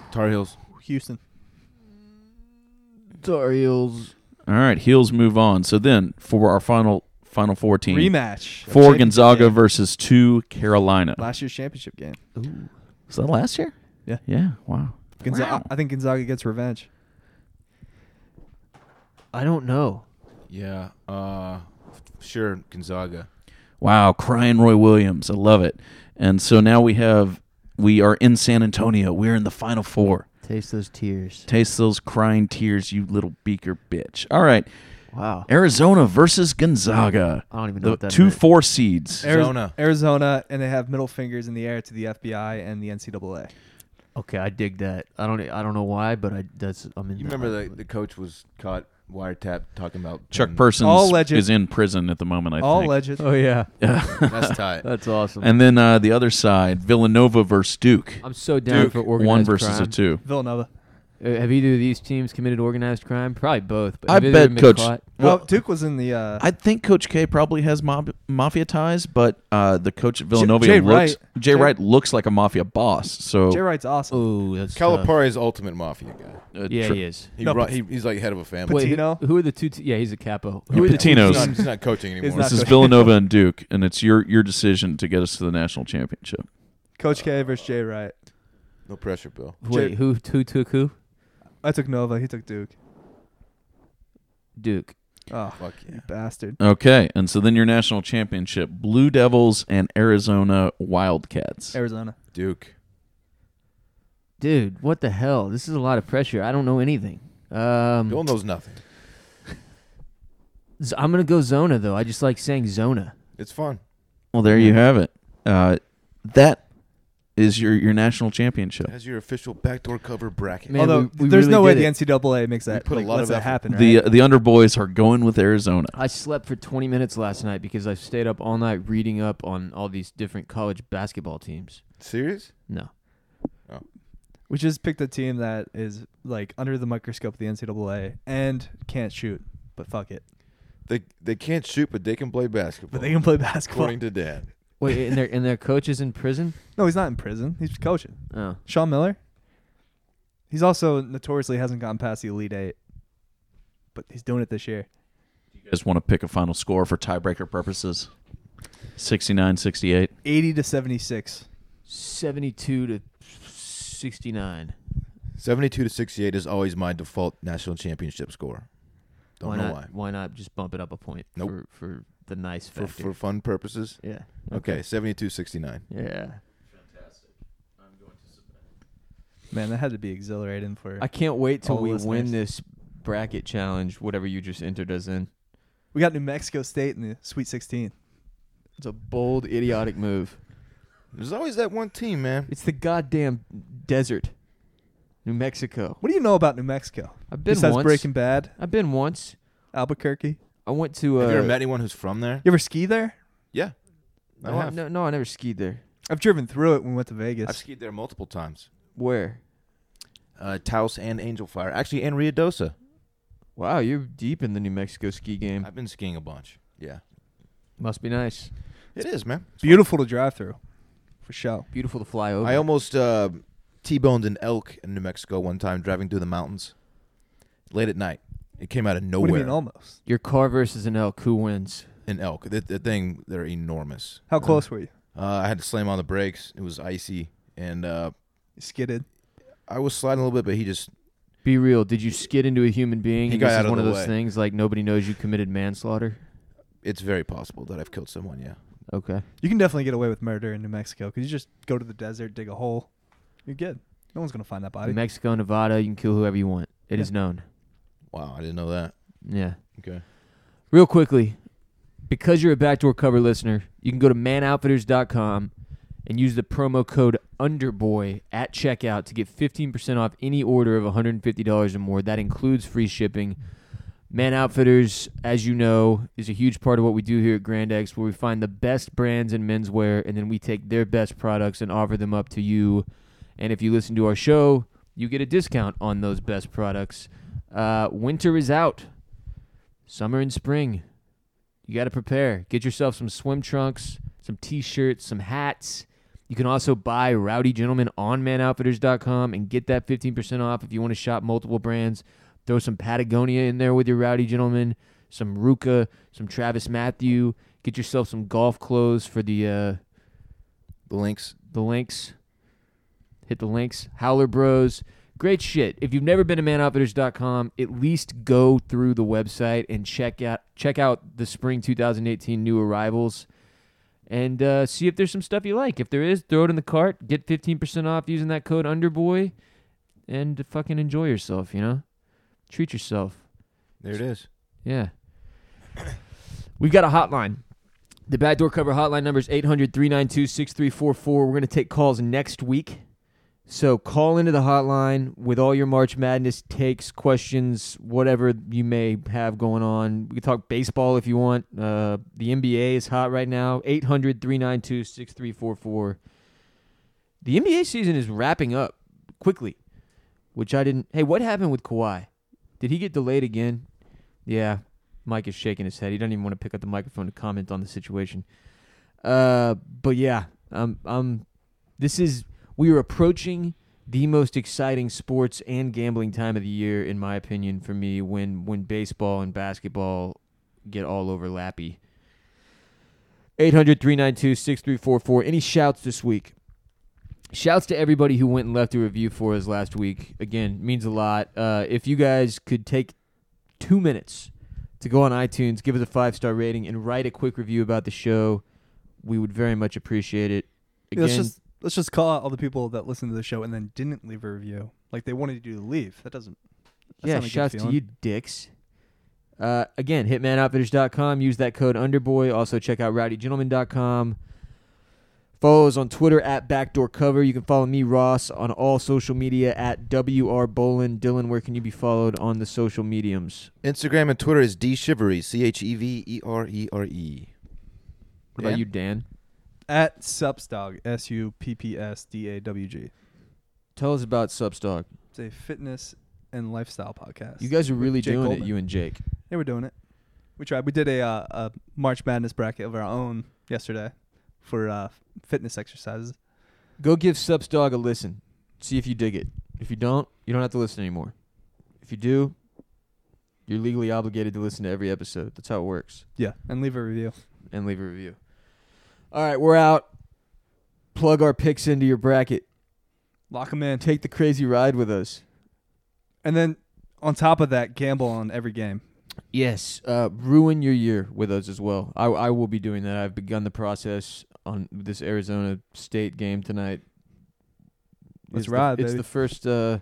[SPEAKER 2] Tar Heels.
[SPEAKER 3] Houston.
[SPEAKER 1] Tar Heels.
[SPEAKER 4] All right, Heels move on. So then for our final final four team,
[SPEAKER 3] Rematch. of
[SPEAKER 4] four
[SPEAKER 3] championship
[SPEAKER 4] Gonzaga
[SPEAKER 3] game.
[SPEAKER 4] versus two Carolina.
[SPEAKER 3] last year's championship game.
[SPEAKER 4] Was that last year?
[SPEAKER 3] Yeah.
[SPEAKER 4] Yeah. Wow.
[SPEAKER 3] Gonzaga.
[SPEAKER 4] Wow.
[SPEAKER 3] I think Gonzaga gets revenge.
[SPEAKER 1] I don't know.
[SPEAKER 2] Yeah. Uh, sure, Gonzaga.
[SPEAKER 4] Wow, crying Roy Williams. I love it. And so now we have we are in San Antonio. We're in the final four.
[SPEAKER 1] Taste those tears.
[SPEAKER 4] Taste those crying tears, you little beaker bitch. All right.
[SPEAKER 1] Wow.
[SPEAKER 4] Arizona versus Gonzaga.
[SPEAKER 1] I don't even know
[SPEAKER 4] The
[SPEAKER 1] what that
[SPEAKER 4] two
[SPEAKER 1] meant.
[SPEAKER 4] four seeds.
[SPEAKER 3] Ari-
[SPEAKER 2] Arizona.
[SPEAKER 3] Arizona, and they have middle fingers in the air to the FBI and the NCAA.
[SPEAKER 1] Okay, I dig that. I don't. I don't know why, but I. That's. I'm in.
[SPEAKER 2] You
[SPEAKER 1] that
[SPEAKER 2] remember
[SPEAKER 1] one.
[SPEAKER 2] the the coach was caught wiretap talking about
[SPEAKER 4] Chuck
[SPEAKER 2] Burton.
[SPEAKER 4] Persons
[SPEAKER 3] All legend-
[SPEAKER 4] is in prison at the moment, I
[SPEAKER 3] All
[SPEAKER 4] think.
[SPEAKER 3] legend.
[SPEAKER 6] Oh yeah,
[SPEAKER 2] That's tight.
[SPEAKER 1] That's awesome.
[SPEAKER 4] and then uh, the other side, Villanova versus Duke.
[SPEAKER 1] I'm so down
[SPEAKER 2] Duke,
[SPEAKER 1] for organized
[SPEAKER 4] One versus
[SPEAKER 1] crime.
[SPEAKER 4] a two.
[SPEAKER 3] Villanova.
[SPEAKER 1] Uh, have either of these teams committed organized crime? Probably both. But
[SPEAKER 4] I
[SPEAKER 1] have either
[SPEAKER 4] bet
[SPEAKER 1] been
[SPEAKER 4] Coach-
[SPEAKER 1] caught?
[SPEAKER 4] Well-
[SPEAKER 3] oh, Duke was in the. Uh,
[SPEAKER 4] I think Coach K probably has mob- mafia ties, but uh, the coach at Villanova
[SPEAKER 3] Jay
[SPEAKER 4] looks
[SPEAKER 3] Wright.
[SPEAKER 4] Jay,
[SPEAKER 3] Jay-
[SPEAKER 4] Wright looks like a mafia boss. So
[SPEAKER 3] Jay Wright's awesome.
[SPEAKER 1] Oh, that's tough.
[SPEAKER 2] Calipari's ultimate mafia guy.
[SPEAKER 4] uh,
[SPEAKER 1] Yeah,
[SPEAKER 4] tr-
[SPEAKER 1] he is.
[SPEAKER 2] He,
[SPEAKER 3] No,
[SPEAKER 2] run,
[SPEAKER 3] but-
[SPEAKER 2] he he's like head of a family.
[SPEAKER 1] Wait, who-
[SPEAKER 3] Patino?
[SPEAKER 1] Who, are the two? Te- yeah, he's a capo.
[SPEAKER 4] Yeah,
[SPEAKER 1] Who are the two
[SPEAKER 4] Patino's-
[SPEAKER 2] he's,
[SPEAKER 1] teams-
[SPEAKER 2] not, he's not coaching anymore.
[SPEAKER 3] not
[SPEAKER 4] This is
[SPEAKER 3] good.
[SPEAKER 4] Villanova and Duke, and it's your your decision to get us to the national championship.
[SPEAKER 3] Coach K versus Jay Wright.
[SPEAKER 2] no pressure, Bill.
[SPEAKER 1] Wait, who who took who?
[SPEAKER 3] I took Nova. He took Duke.
[SPEAKER 1] Duke.
[SPEAKER 3] Oh,
[SPEAKER 2] Fuck yeah.
[SPEAKER 3] you bastard.
[SPEAKER 1] Oh.
[SPEAKER 4] Okay, and so then your national championship: Blue Devils and Arizona Wildcats.
[SPEAKER 3] Arizona.
[SPEAKER 2] Duke.
[SPEAKER 1] Dude, what the hell? This is a lot of pressure. I don't know anything.
[SPEAKER 2] Bill
[SPEAKER 1] Um,
[SPEAKER 2] knows nothing.
[SPEAKER 1] z- I'm gonna go Zona though. I just like saying Zona.
[SPEAKER 2] It's fun.
[SPEAKER 4] Well, there you have it. Uh, that is your your national championship.
[SPEAKER 2] As your official backdoor cover bracket.
[SPEAKER 1] Man,
[SPEAKER 3] Although
[SPEAKER 1] we- we
[SPEAKER 3] there's
[SPEAKER 1] really
[SPEAKER 3] no way
[SPEAKER 1] did
[SPEAKER 3] the
[SPEAKER 1] it.
[SPEAKER 3] NCAA makes that.
[SPEAKER 2] put a
[SPEAKER 3] like,
[SPEAKER 2] lot of
[SPEAKER 3] lets that
[SPEAKER 2] effort.
[SPEAKER 3] happen. Right?
[SPEAKER 1] uh,
[SPEAKER 4] The the underboys are going with Arizona.
[SPEAKER 1] I slept for 20 minutes last night because I stayed up all night reading up on all these different college basketball teams.
[SPEAKER 2] Serious?
[SPEAKER 1] No,
[SPEAKER 3] we just picked a team that is like under the microscope of the NCAA and can't shoot, but fuck it.
[SPEAKER 2] They they can't shoot, but they can play basketball.
[SPEAKER 3] But they can play basketball.
[SPEAKER 2] according to Dad.
[SPEAKER 1] wait, and their and their coach is in prison.
[SPEAKER 3] No, he's not in prison. He's coaching.
[SPEAKER 1] Oh,
[SPEAKER 3] Sean Miller. He's also notoriously hasn't gotten past the Elite Eight, but he's doing it this year.
[SPEAKER 4] You guys want to pick a final score for tiebreaker purposes? 69-68.
[SPEAKER 3] 80 to 76.
[SPEAKER 1] 72 to 69.
[SPEAKER 2] Seventy-two to sixty-eight is always my default national championship score. Don't
[SPEAKER 1] why
[SPEAKER 2] know
[SPEAKER 1] not?
[SPEAKER 2] why.
[SPEAKER 1] Why not just bump it up a point
[SPEAKER 2] Nope.
[SPEAKER 1] for for the nice
[SPEAKER 2] For
[SPEAKER 1] factor?
[SPEAKER 2] for fun purposes.
[SPEAKER 1] yeah.
[SPEAKER 2] Okay, seventy-two sixty-nine.
[SPEAKER 1] Yeah.
[SPEAKER 3] Man, that had to be exhilarating for.
[SPEAKER 1] I can't wait till
[SPEAKER 3] All
[SPEAKER 1] we
[SPEAKER 3] listeners.
[SPEAKER 1] win this bracket challenge, whatever you just entered us in.
[SPEAKER 3] we got New Mexico State in the Sweet 16.
[SPEAKER 1] It's a bold, idiotic move.
[SPEAKER 2] There's always that one team, man.
[SPEAKER 1] It's the goddamn desert, New Mexico.
[SPEAKER 3] What do you know about New Mexico?
[SPEAKER 1] I've been
[SPEAKER 3] Besides
[SPEAKER 1] once.
[SPEAKER 3] Breaking Bad,
[SPEAKER 1] I've been once.
[SPEAKER 3] Albuquerque.
[SPEAKER 1] I went to. Uh,
[SPEAKER 2] have you ever met anyone who's from there?
[SPEAKER 3] You ever ski there?
[SPEAKER 2] Yeah, I
[SPEAKER 1] no,
[SPEAKER 2] have.
[SPEAKER 1] no, no, I never skied there.
[SPEAKER 3] I've driven through it when we went to Vegas.
[SPEAKER 2] I've skied there multiple times.
[SPEAKER 1] Where?
[SPEAKER 2] Uh, Taos and Angel Fire, actually, and Riadosa.
[SPEAKER 1] Wow, you're deep in the New Mexico ski game.
[SPEAKER 2] I've been skiing a bunch. Yeah,
[SPEAKER 1] Must be nice.
[SPEAKER 2] it is, man.
[SPEAKER 3] Beautiful to drive through, for sure.
[SPEAKER 1] Beautiful to fly over.
[SPEAKER 2] I almost uh, t-boned an elk in New Mexico one time driving through the mountains late at night. It came out of
[SPEAKER 3] What
[SPEAKER 2] nowhere.
[SPEAKER 3] do you mean almost?
[SPEAKER 1] Your car versus an elk. Who wins?
[SPEAKER 2] An elk. The, the thing, they're enormous.
[SPEAKER 3] How close were you?
[SPEAKER 2] Uh, I had to slam on the brakes. It was icy, and uh,
[SPEAKER 3] You skidded.
[SPEAKER 2] I was sliding a little bit, but he just
[SPEAKER 1] Be real. Did you skid into a human being?
[SPEAKER 2] He
[SPEAKER 1] and
[SPEAKER 2] got
[SPEAKER 1] this is
[SPEAKER 2] out of
[SPEAKER 1] one of
[SPEAKER 2] the
[SPEAKER 1] those
[SPEAKER 2] way.
[SPEAKER 1] things like nobody knows you committed manslaughter.
[SPEAKER 2] it's very possible that I've killed someone. Yeah,
[SPEAKER 1] Okay.
[SPEAKER 3] You can definitely get away with murder in New Mexico because you just go to the desert, dig a hole, you're good. No one's gonna find that
[SPEAKER 1] New
[SPEAKER 3] body.
[SPEAKER 1] Mexico, Nevada, you can kill whoever you want. It is
[SPEAKER 3] Yeah.
[SPEAKER 1] known.
[SPEAKER 2] wow, I didn't know that.
[SPEAKER 1] Yeah.
[SPEAKER 2] Okay,
[SPEAKER 1] Real quickly, because you're a backdoor cover listener, you can go to manoutfitters.com and use the promo code underboy at checkout to get 15% off any order of $150 or more. That includes free shipping. Man Outfitters, as you know, is a huge part of what we do here at Grand X, where we find the best brands in menswear and then we take their best products and offer them up to you. And if you listen to our show, you get a discount on those best products. Uh, winter is out summer and spring. You got to prepare. Get yourself some swim trunks, some t shirts, some hats. You can also buy Rowdy Gentleman on manoutfitters.com and get that 15% off if you want to shop multiple brands. Throw some Patagonia in there with your Rowdy Gentleman, some Ruka, some Travis Matthew. Get yourself some golf clothes for the uh,
[SPEAKER 2] the links.
[SPEAKER 1] the links. Hit the links. Howler Bros. Great shit. If you've never been to manoutfitters.com, at least go through the website and check out check out the spring 2018 new arrivals and uh, see if there's some stuff you like. If there is, throw it in the cart. Get 15% off using that code underboy and fucking enjoy yourself, you know? Treat yourself.
[SPEAKER 2] There it is.
[SPEAKER 1] Yeah. We've got a hotline. The backdoor cover hotline number is 800 392 6344. We're going to take calls next week. So call into the hotline with all your March Madness takes, questions, whatever you may have going on. We can talk baseball if you want. Uh, the NBA is hot right now. 800 392 6344. The NBA season is wrapping up quickly, which I didn't. Hey, what happened with Kawhi? Did he get delayed again? Yeah, Mike is shaking his head. He doesn't even want to pick up the microphone to comment on the situation. Uh, but yeah, um, um, this is we are approaching the most exciting sports and gambling time of the year, in my opinion, for me. When when baseball and basketball get all over lappy. 800-392-6344. Any shouts this week? Shouts to everybody who went and left a review for us last week. Again, means a lot. Uh, if you guys could take two minutes to go on iTunes, give us a five star rating, and write a quick review about the show. We would very much appreciate it. Again,
[SPEAKER 3] let's just let's just call out all the people that listened to the show and then didn't leave a review. Like they wanted you to leave. That doesn't. That's
[SPEAKER 1] yeah,
[SPEAKER 3] not a good
[SPEAKER 1] shouts to
[SPEAKER 3] feeling.
[SPEAKER 1] you, dicks. Uh, again, hitmanoutfitters.com. Use that code underboy. Also, check out rowdygentleman.com. Follow us on Twitter at backdoor cover. You can follow me, Ross, on all social media at WR Bolin. Dylan, where can you be followed on the social mediums?
[SPEAKER 2] Instagram and Twitter is d chivery. C h e v e r e r e.
[SPEAKER 1] What about
[SPEAKER 2] Dan?
[SPEAKER 1] you, Dan?
[SPEAKER 3] At Supsdog, S U P P S D A W G.
[SPEAKER 1] Tell us about Substock.
[SPEAKER 3] It's a fitness and lifestyle podcast.
[SPEAKER 1] You guys are really
[SPEAKER 3] Jake
[SPEAKER 1] doing it,
[SPEAKER 3] Goldman.
[SPEAKER 1] you and Jake.
[SPEAKER 3] They were doing it. We tried. We did a, uh, a March Madness bracket of our own yesterday for uh, fitness exercises.
[SPEAKER 1] Go give Subs Dog a listen. See if you dig it. If you don't, you don't have to listen anymore. If you do, you're legally obligated to listen to every episode. That's how it works.
[SPEAKER 3] Yeah, and leave a review.
[SPEAKER 1] And leave a review. All right, we're out. Plug our picks into your bracket.
[SPEAKER 3] Lock them in.
[SPEAKER 1] Take the crazy ride with us.
[SPEAKER 3] And then on top of that, gamble on every game.
[SPEAKER 1] Yes, uh, ruin your year with us as well. I, I will be doing that. I've begun the process on this Arizona State game tonight.
[SPEAKER 3] Let's
[SPEAKER 1] It's the-
[SPEAKER 3] ride,
[SPEAKER 1] It's
[SPEAKER 3] baby.
[SPEAKER 1] the first. Uh,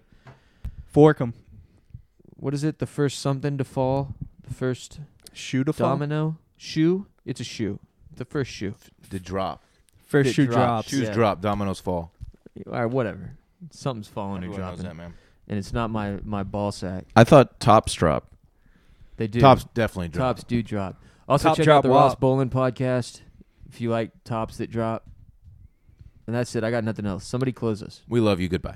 [SPEAKER 3] Fork them.
[SPEAKER 1] what is it? The first something to fall. The first
[SPEAKER 3] Shoot a fall.
[SPEAKER 1] domino shoe. It's a shoe. The first shoe.
[SPEAKER 2] The drop.
[SPEAKER 3] First
[SPEAKER 1] It
[SPEAKER 3] shoe
[SPEAKER 1] drops.
[SPEAKER 3] drops.
[SPEAKER 2] Shoes
[SPEAKER 1] Yeah.
[SPEAKER 2] drop, dominoes fall.
[SPEAKER 1] All right, whatever. Something's falling
[SPEAKER 2] Everyone
[SPEAKER 1] or
[SPEAKER 2] knows
[SPEAKER 1] dropping,
[SPEAKER 2] that, man.
[SPEAKER 1] and it's not my my ball sack.
[SPEAKER 4] I thought tops drop.
[SPEAKER 1] They do
[SPEAKER 2] Tops definitely drop.
[SPEAKER 1] Tops do drop. Also
[SPEAKER 3] Top
[SPEAKER 1] check out
[SPEAKER 3] drop
[SPEAKER 1] the Ross
[SPEAKER 3] wop.
[SPEAKER 1] Bolin podcast if you like tops that drop. And that's it. I got nothing else. Somebody close us.
[SPEAKER 2] We love you. Goodbye.